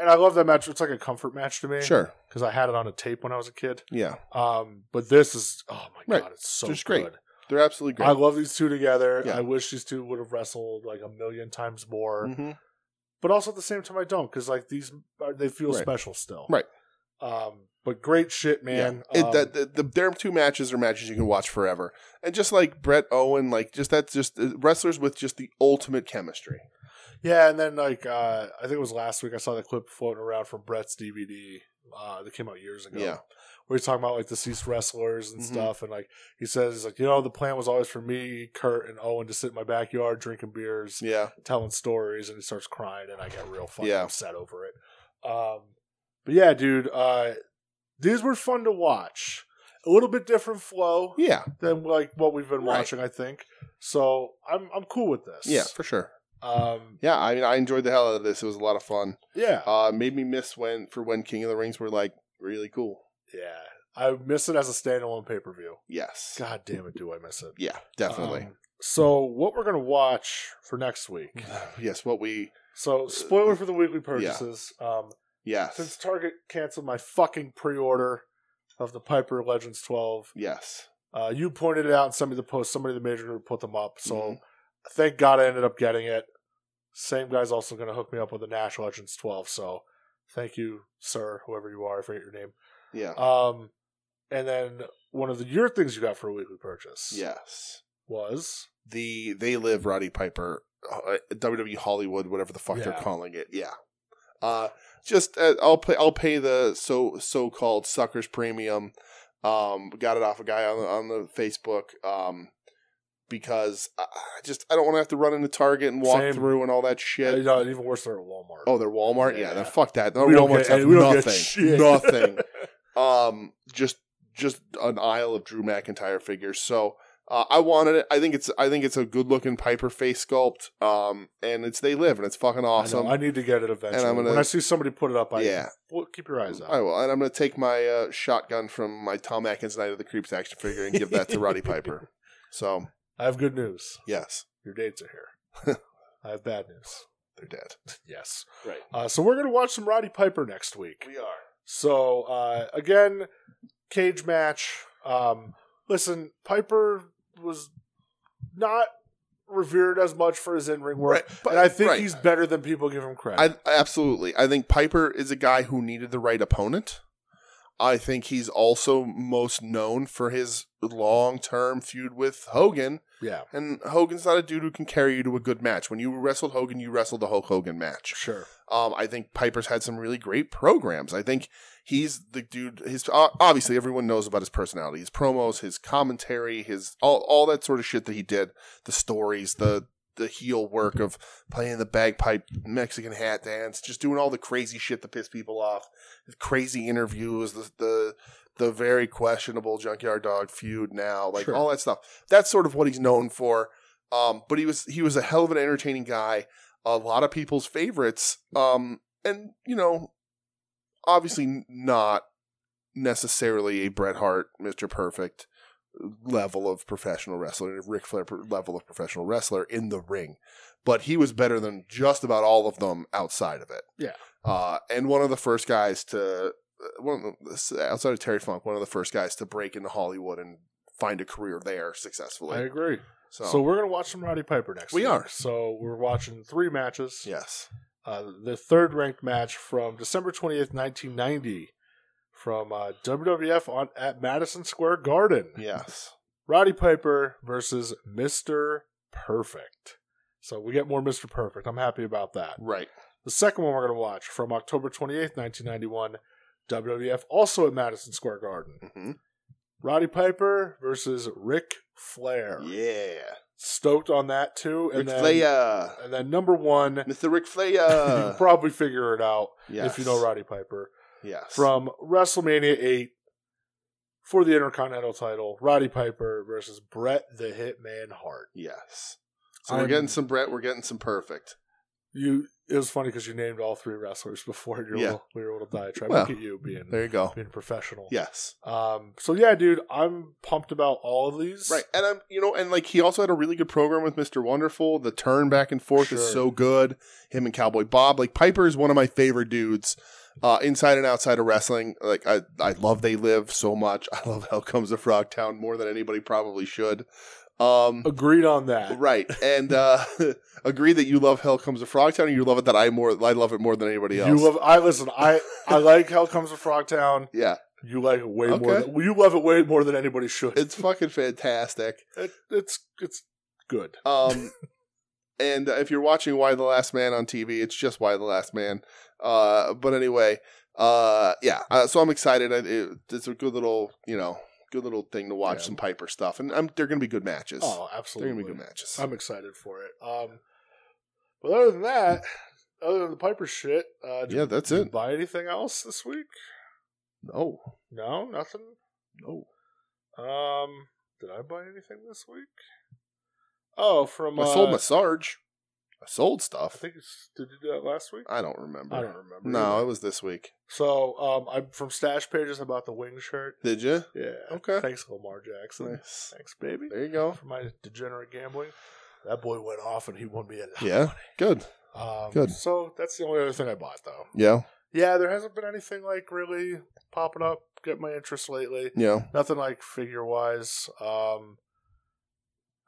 And I love that match. It's like a comfort match to me. sure, Cuz I had it on a tape when I was a kid. yeah, Um but this is oh my Right. god, it's so Just good. great. they're absolutely great. I love these two together. Yeah. I wish these two would have wrestled like a million times more. Mhm. But also at the same time I don't cuz like these are, they feel Right. special still. Right. Um but great shit, man. Yeah. It, Um, that, the, the their two matches are matches you can watch forever, and just like Brett Owen, like just that's just uh, wrestlers with just the ultimate chemistry. Yeah, and then like uh, I think it was last week I saw the clip floating around from Brett's DVD uh, that came out years ago. Yeah. Where he's talking about like deceased wrestlers and Mhm. stuff, and like he says, like you know, the plan was always for me, Kurt, and Owen to sit in my backyard drinking beers, Yeah, telling stories, and he starts crying, and I get real fucking Yeah. upset over it. Um, but yeah, dude, uh, these were fun to watch. A little bit different flow yeah, than like what we've been Right. watching, I think. So I'm I'm cool with this. yeah, for sure. Um, Yeah, I mean, I enjoyed the hell out of this. It was a lot of fun. yeah. Uh, made me miss when for when King of the Rings were like really cool. Yeah. I miss it as a standalone pay per view. Yes. God damn it, do I miss it? Yeah, definitely. Um, so, what we're gonna watch for next week? yes, what we So, spoiler for the weekly purchases. Um, yes. since Target canceled my fucking pre-order of the Piper Legends 12, yes. uh, you pointed it out and sent me the post. Somebody in the major group put them up. So, Mhm. thank God I ended up getting it. Same guy's also going to hook me up with the Nash Legends 12. So, thank you, sir, whoever you are. I forget your name. Yeah. Um, and then one of the your things you got for a weekly purchase, yes. was The They Live Roddy Piper uh, WWE Hollywood whatever the fuck they're Yeah. calling it. Yeah. Uh just uh, I'll pay I'll pay the so so-called suckers premium. Um got it off a guy on the, on the Facebook um because I I just I don't want to have to run into Target and walk Same. through and all that shit. uh, you know, even worse. They're at Walmart. Oh, they're Walmart. Yeah, Yeah. then fuck that. They're We don't Walmart's get- have we don't get nothing. shit. Nothing. um, just just an aisle of Drew McIntyre figures. So uh, I wanted it. I think it's I think it's a good looking Piper face sculpt. Um, and it's they live and it's fucking awesome! I, awesome. know, I need to get it eventually. And I'm gonna- when I see somebody put it up, I Yeah. well, keep your eyes out. I will, and I'm gonna take my uh, shotgun from my Tom Atkins Night of the Creeps action figure and give that to Roddy Piper. So I have good news. yes, Your dates are here. I have bad news. they're dead. Yes. Right. Uh, so we're gonna watch some Roddy Piper next week. We are. So uh, again, cage match. Um, listen, Piper was not revered as much for his in-ring work, Right, but- and I think right. he's better than people give him credit. I absolutely. I think Piper is a guy who needed the right opponent. I think he's also most known for his long-term feud with Hogan, yeah, and Hogan's not a dude who can carry you to a good match. When you wrestled Hogan, you wrestled the Hulk Hogan match. sure. Um, I think Piper's had some really great programs. I think he's the dude. His o- obviously everyone knows about his personality, his promos, his commentary, his all all that sort of shit that he did. The stories, the the heel work of playing the bagpipe Mexican hat dance, just doing all the crazy shit to piss people off, the crazy interviews, the the the very questionable junkyard dog feud now, like Sure. all that stuff. That's sort of what he's known for. Um, but he was he was a hell of an entertaining guy a lot of people's favorites. Um, and you know, obviously not necessarily a Bret Hart, Mister Perfect level of professional wrestler, a Ric Flair pr- level of professional wrestler in the ring, but he was better than just about all of them outside of it. Yeah. uh, and one of the first guys to uh, one of the, outside of Terry Funk, one of the first guys to break into Hollywood and find a career there I successfully. agree. So, So, we're gonna watch some Roddy Piper next. We week. are. So we're watching three matches. yes, Uh, the third ranked match from December twenty eighth, nineteen ninety, from uh, WWF on at Madison Square Garden. yes, Roddy Piper versus Mr. Perfect. So we get more Mr. Perfect. I'm happy about that. right, The second one we're going to watch from October 28th, 1991, WWF also at Madison Square Garden. hmm Roddy Piper versus Ric Flair. yeah. Stoked on that too. And Ric then, Flair. And then number one, Mr. Ric you can Flair. uh, probably figure it out yes. if you know Roddy Piper. Yes. From WrestleMania 8 for the Intercontinental title, Roddy Piper versus Brett the Hitman Hart. yes. So we're I'm- getting some Brett. We're getting some perfect. You it was funny because you named all three wrestlers before your Yeah. little, your little diatribe. Well, Look at you being There you go. being professional. Yes. Um. So yeah, dude, I'm pumped about all of these. Right. And I'm, you know, and like he also had a really good program with Mr. Wonderful. The turn back and forth is Sure. so good. Him and Cowboy Bob. Like Piper is one of my favorite dudes. Uh, inside and outside of wrestling, like I, I love they live so much. I love Hell Comes to Frogtown more than anybody probably should. Um, Agreed on that. right, and uh, agree that you love Hell Comes to Frogtown, and you love it that I more, I love it more than anybody else. You love. I listen. I I like Hell Comes to Frogtown. yeah, You like it way more. Okay. Than, you love it way more than anybody should. it's fucking fantastic. It, it's it's good. Um, and if you're watching Why the Last Man on TV, it's just Why the Last Man. Uh, but anyway, uh, yeah. Uh, so I'm excited. I, it, it's a good little, you know, good little thing to watch Yeah. some Piper stuff, and I'm, they're going to be good matches. Oh, they're going absolutely. to be good matches. I'm excited for it. Um. But other than that, other than the Piper shit, uh, did yeah, that's you it. Oh, buy anything else this week? No, No, nothing. no. Um, did I buy anything this week? Oh, from I uh, sold my Sarge. I I sold I stuff. think it's, did you do that last week? I don't remember. I don't remember. No, either. it was this week. So um, I'm from Stash Pages about the wing shirt. Did you? Yeah. Okay. Thanks, Lamar Jackson. Nice. Thanks, baby, There you go. for my degenerate gambling. That boy went off and he won me a lot. Yeah. Good. Um, Good. So that's the only other thing I bought, though. Yeah. Yeah, there hasn't been anything like really popping up, get my interest lately. Yeah. Nothing like figure wise. Um,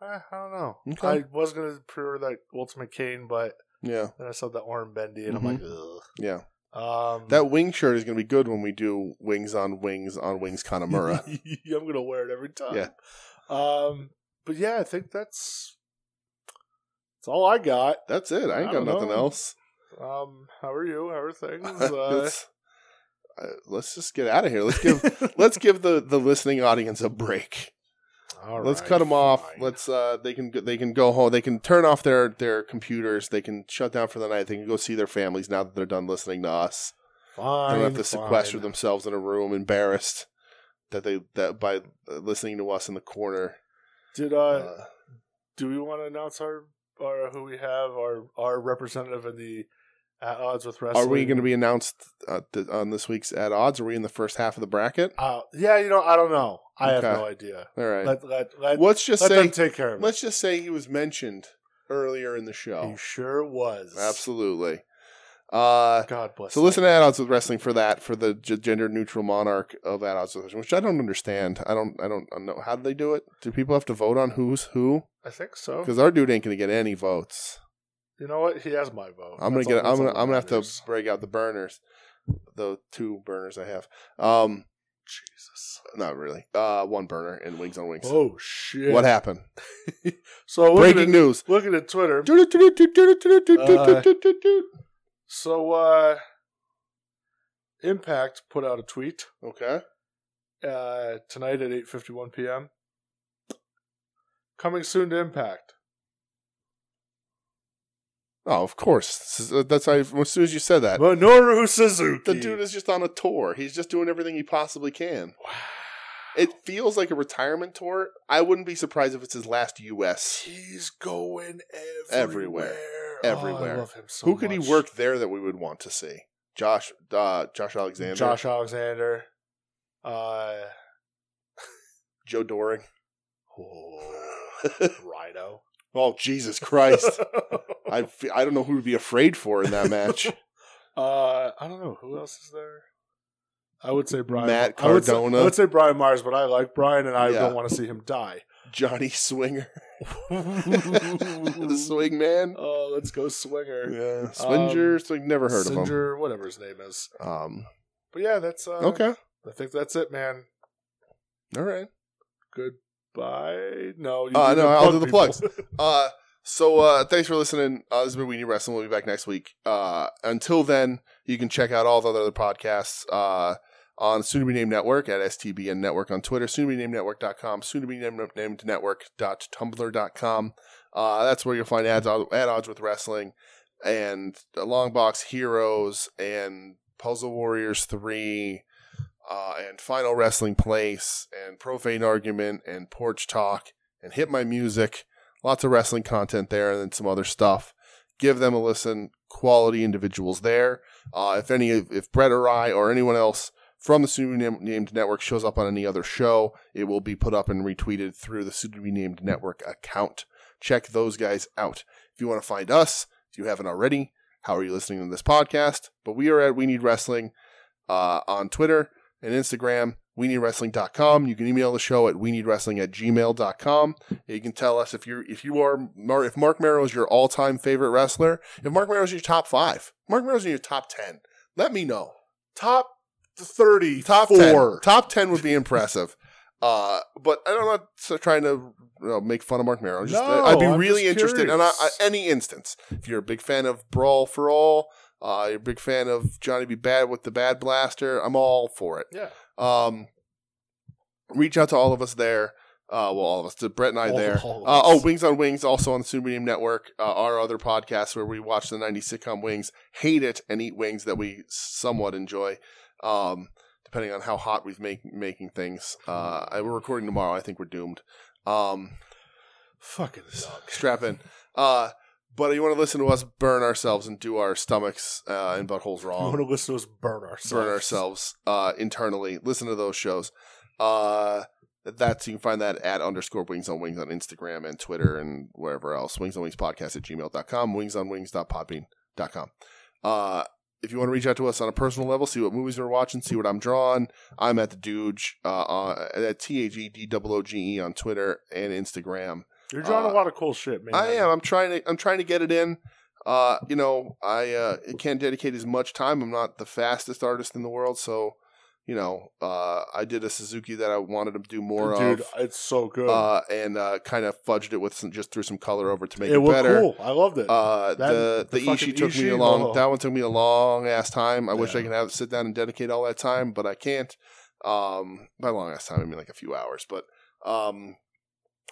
eh, I, I don't know. Okay. I was gonna pre-order that Ultimate Kane, but Yeah. then I saw that Arm Bendy, and I'm like, Yeah. ugh. Um, Mm-hmm. That wing shirt is going to be good when we do wings on wings on wings Connemara. I'm gonna wear it every time. Yeah. Um, but yeah, I think that's that's all I got. That's it. I ain't I got don't nothing know. else. Um, how are you? How are things? Uh, It's- uh, let's just get out of here. Let's give let's give the the listening audience a break. All let's right, cut them off. fine. Let's uh they can go- they can go home. They can turn off their their computers. They can shut down for the night. They can go see their families now that they're done listening to us. fine, They don't have to fine. sequester themselves in a room embarrassed that they that by uh, listening to us in the corner. Did uh, Uh, do we want to announce our our who we have our our representative in the at odds with wrestling? are we going to be announced uh, th- on this week's at odds? Are we in the first half of the bracket? Uh, yeah, you know, I don't know. I have Okay. no idea. All right. Let let let, let's just let them say take care of it. let's just say he was mentioned earlier in the He show. sure was. Absolutely. Uh God bless. so that listen to man. At Odds with Wrestling for that for the g- gender neutral monarch of At Odds with Wrestling, which I don't understand. I don't I don't know how do they do it? Do people have to vote on who's who? I think so. Because our dude ain't gonna get any votes. You know what? He has my vote. I'm gonna That's get all- I'm gonna that's all I'm gonna have that to matters. break out the burners, the two burners I have. Um, Jesus. not really. Uh, one burner and wings on wings. Oh shit. What happened? So looking Breaking at, news. Looking at Twitter. Uh. Okay. So uh, Impact put out a tweet uh, tonight at 8:51 p.m. Coming soon to Impact. Oh, of course. This is- That's how. you- As soon as you said that, Minoru Suzuki. the dude is just on a tour. He's just doing everything he possibly can. Wow. It feels like a retirement tour. I wouldn't be surprised if it's his last U.S. He's going everywhere. Everywhere. Everywhere. Oh, I love him so Who could much. he work there that we would want to see? Josh, uh, Josh Alexander, Josh Alexander. Uh, Joe Doring. oh, Rhino. oh Jesus Christ! I fe- I don't know who to be afraid for in that match. Uh, I don't know who else is there. I would say Brian. Matt I would say- I would Cardona. say, Brian Myers, but I like Brian, and I Yeah. don't want to see him die. Johnny Swinger, the Swing Man. oh, let's go swinger. Yeah, Swinger. Swing. Never heard of him. Singer, whatever his name is. Um. But yeah, that's uh, Okay. I think that's it, man. All right. Goodbye. No, you Uh, do no, I'll plug do the people. plugs. Uh, so uh, thanks for listening. Uh, this has been We Need Wrestling. We'll be back next week. Uh, until then, you can check out all the other podcasts uh, on Soon to Be Named Network at STBN Network on Twitter, Soon to Be Named Network.com, Soon to Be Named, named Network.tumblr.com. Uh, that's where you'll find ads at odds with wrestling and the Long Box Heroes and Puzzle Warriors 3 uh, and Final Wrestling Place and Profane Argument and Porch Talk and hit my music. Lots of wrestling content there, and then some other stuff. Give them a listen. Quality individuals there. Uh, if any, if Brett or I or anyone else from the soon to be named network shows up on any other show, it will be put up and retweeted through the soon to be named network account. Check those guys out. If you want to find us, if you haven't already, how are you listening to this podcast? But we are at We Need Wrestling uh, on Twitter and Instagram, we need wrestling.com. You can email the show at we need wrestling at gmail.com. You can tell us if you're if you are Mar- if Mark Merrow is your all time favorite wrestler, if Mark Merrow's in your top five, Mark Merrow's in your top ten, let me know. Top thirty. Top Four. ten. Top ten would be impressive. Uh, but I'm not so trying to you know, make fun of Mark Merrow. Just, No, I'd be I'm really just interested in uh, curious. any instance. If you're a big fan of Brawl for All, uh, you're a big fan of Johnny B. Bad with the Bad Blaster, I'm all for it. Yeah. Um, reach out to all of us there. Uh, well, all of us, to Brett and I All- there. all of uh, oh, us. Wings on Wings, also on the Pseudonym Network. Uh, our other podcast where we watch the 90s sitcom Wings, hate it, and eat wings that we somewhat enjoy, um, depending on how hot we've make, making things. Uh, I- we're recording tomorrow. I think we're doomed. Um, Fucking suck. strap in. Uh, But you want to listen to us burn ourselves and do our stomachs uh, and buttholes I want wrong, to listen to us burn ourselves. burn ourselves uh, internally. Listen to those shows. Uh, that's you can find that at underscore wings on wings on Instagram and Twitter and wherever else. Wings on wings podcast at gmail.com, wings on wings.podbean.com. Uh, if you want to reach out to us on a personal level, see what movies we're watching, see what I'm drawing. I'm at the Dooge, uh, uh, at T H E D O O G E on Twitter and Instagram. You're drawing Uh, a lot of cool shit, man. I am. I'm trying to. I'm trying to get it in. Uh, you know, I uh, can't dedicate as much time. I'm not the fastest artist in the world, so you know, uh, I did a Suzuki that I wanted to do more Dude, of, it's so good. uh, and uh, kind of fudged it with some, just threw some color over to make it, it looked better. cool. I loved it. Uh, That- the the the, Ishi fucking took me Ishi, a long. oh. That one took me a long ass time. I wish Yeah. I could have sit down and dedicate all that time, but I can't. Um, by long ass time, I mean like a few hours. But um,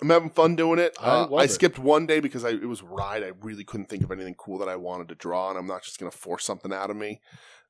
I'm having fun doing it. I Uh, love I, it. skipped one day because I it was ride. I really couldn't think of anything cool that I wanted to draw, and I'm not just gonna force something out of me.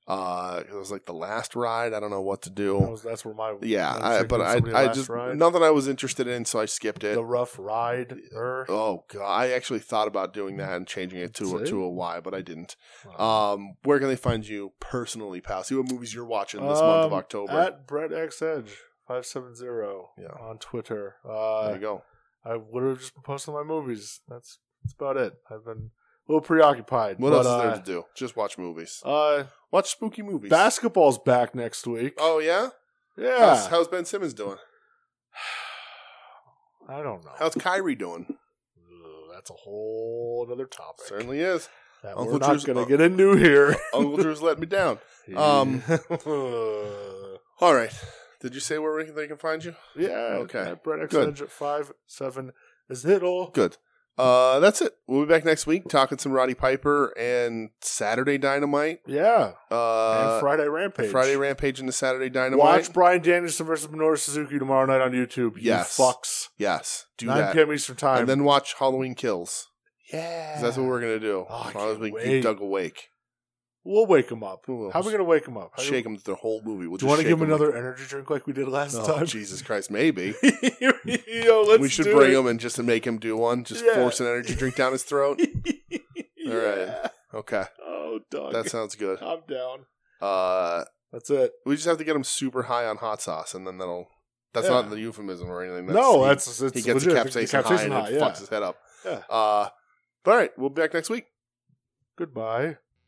Uh, it was like the last ride. I don't know what to do. That was- that's where my yeah, was I, thinking but I somebody I last just ride. nothing I was interested in, so I skipped it. the rough ride. er. Oh god, I actually thought about doing that and changing it to a, See? to a Y, but I didn't. Wow. Um, where can they find you personally, pal? See what movies you're watching this month of Um, October. At Brett X Edge five seven zero Yeah. on Twitter. there Uh, you go. I've literally just been posting my movies. That's that's about it. I've been a little preoccupied. What but, else is uh, there to do? Just watch movies. Uh, Watch spooky movies. basketball's back next week. oh yeah. yeah. How's, how's Ben Simmons doing? I don't know. How's Kyrie doing? Ugh, That's a whole other topic. Certainly is. that Uncle we're Drew's- not going uh, to get into here. Uncle Drew's let me down. Um, Um, All right. Did you say where we can, they can find you? yeah. okay. At Brett X Good. Edge at five seven is it all? Good. Uh, that's it. We'll be back next week talking some Roddy Piper and Saturday Dynamite. Yeah. Uh, and Friday Rampage. Friday Rampage into Saturday Dynamite. Watch Brian Danielson versus Minoru Suzuki tomorrow night on YouTube. Yes. You fucks. Yes, do 9 that, p.m. Eastern time. and then watch Halloween Kills. yeah. 'Cause That's what we're gonna do. Oh, I as long as can't we can keep wait. Doug awake, We'll wake him up. We will. How are we going to wake him up? How shake him the whole movie. We'll Do just you want to shake give him like- another energy drink like we did last Oh, time? Jesus Christ, maybe Yo, let's we should do bring it. him and just make him do one. Just Yeah. force an energy drink down his throat. All right. Yeah. Okay, Oh, dog. that sounds good. I'm down. Uh, That's it. we just have to get him super high on hot sauce, and then that'll. That's Yeah. not the euphemism or anything. no, he- that's it's he gets a legit. capsaicin, high and it yeah. fucks his head up. Yeah. Uh, but all right, we'll be back next week. Goodbye.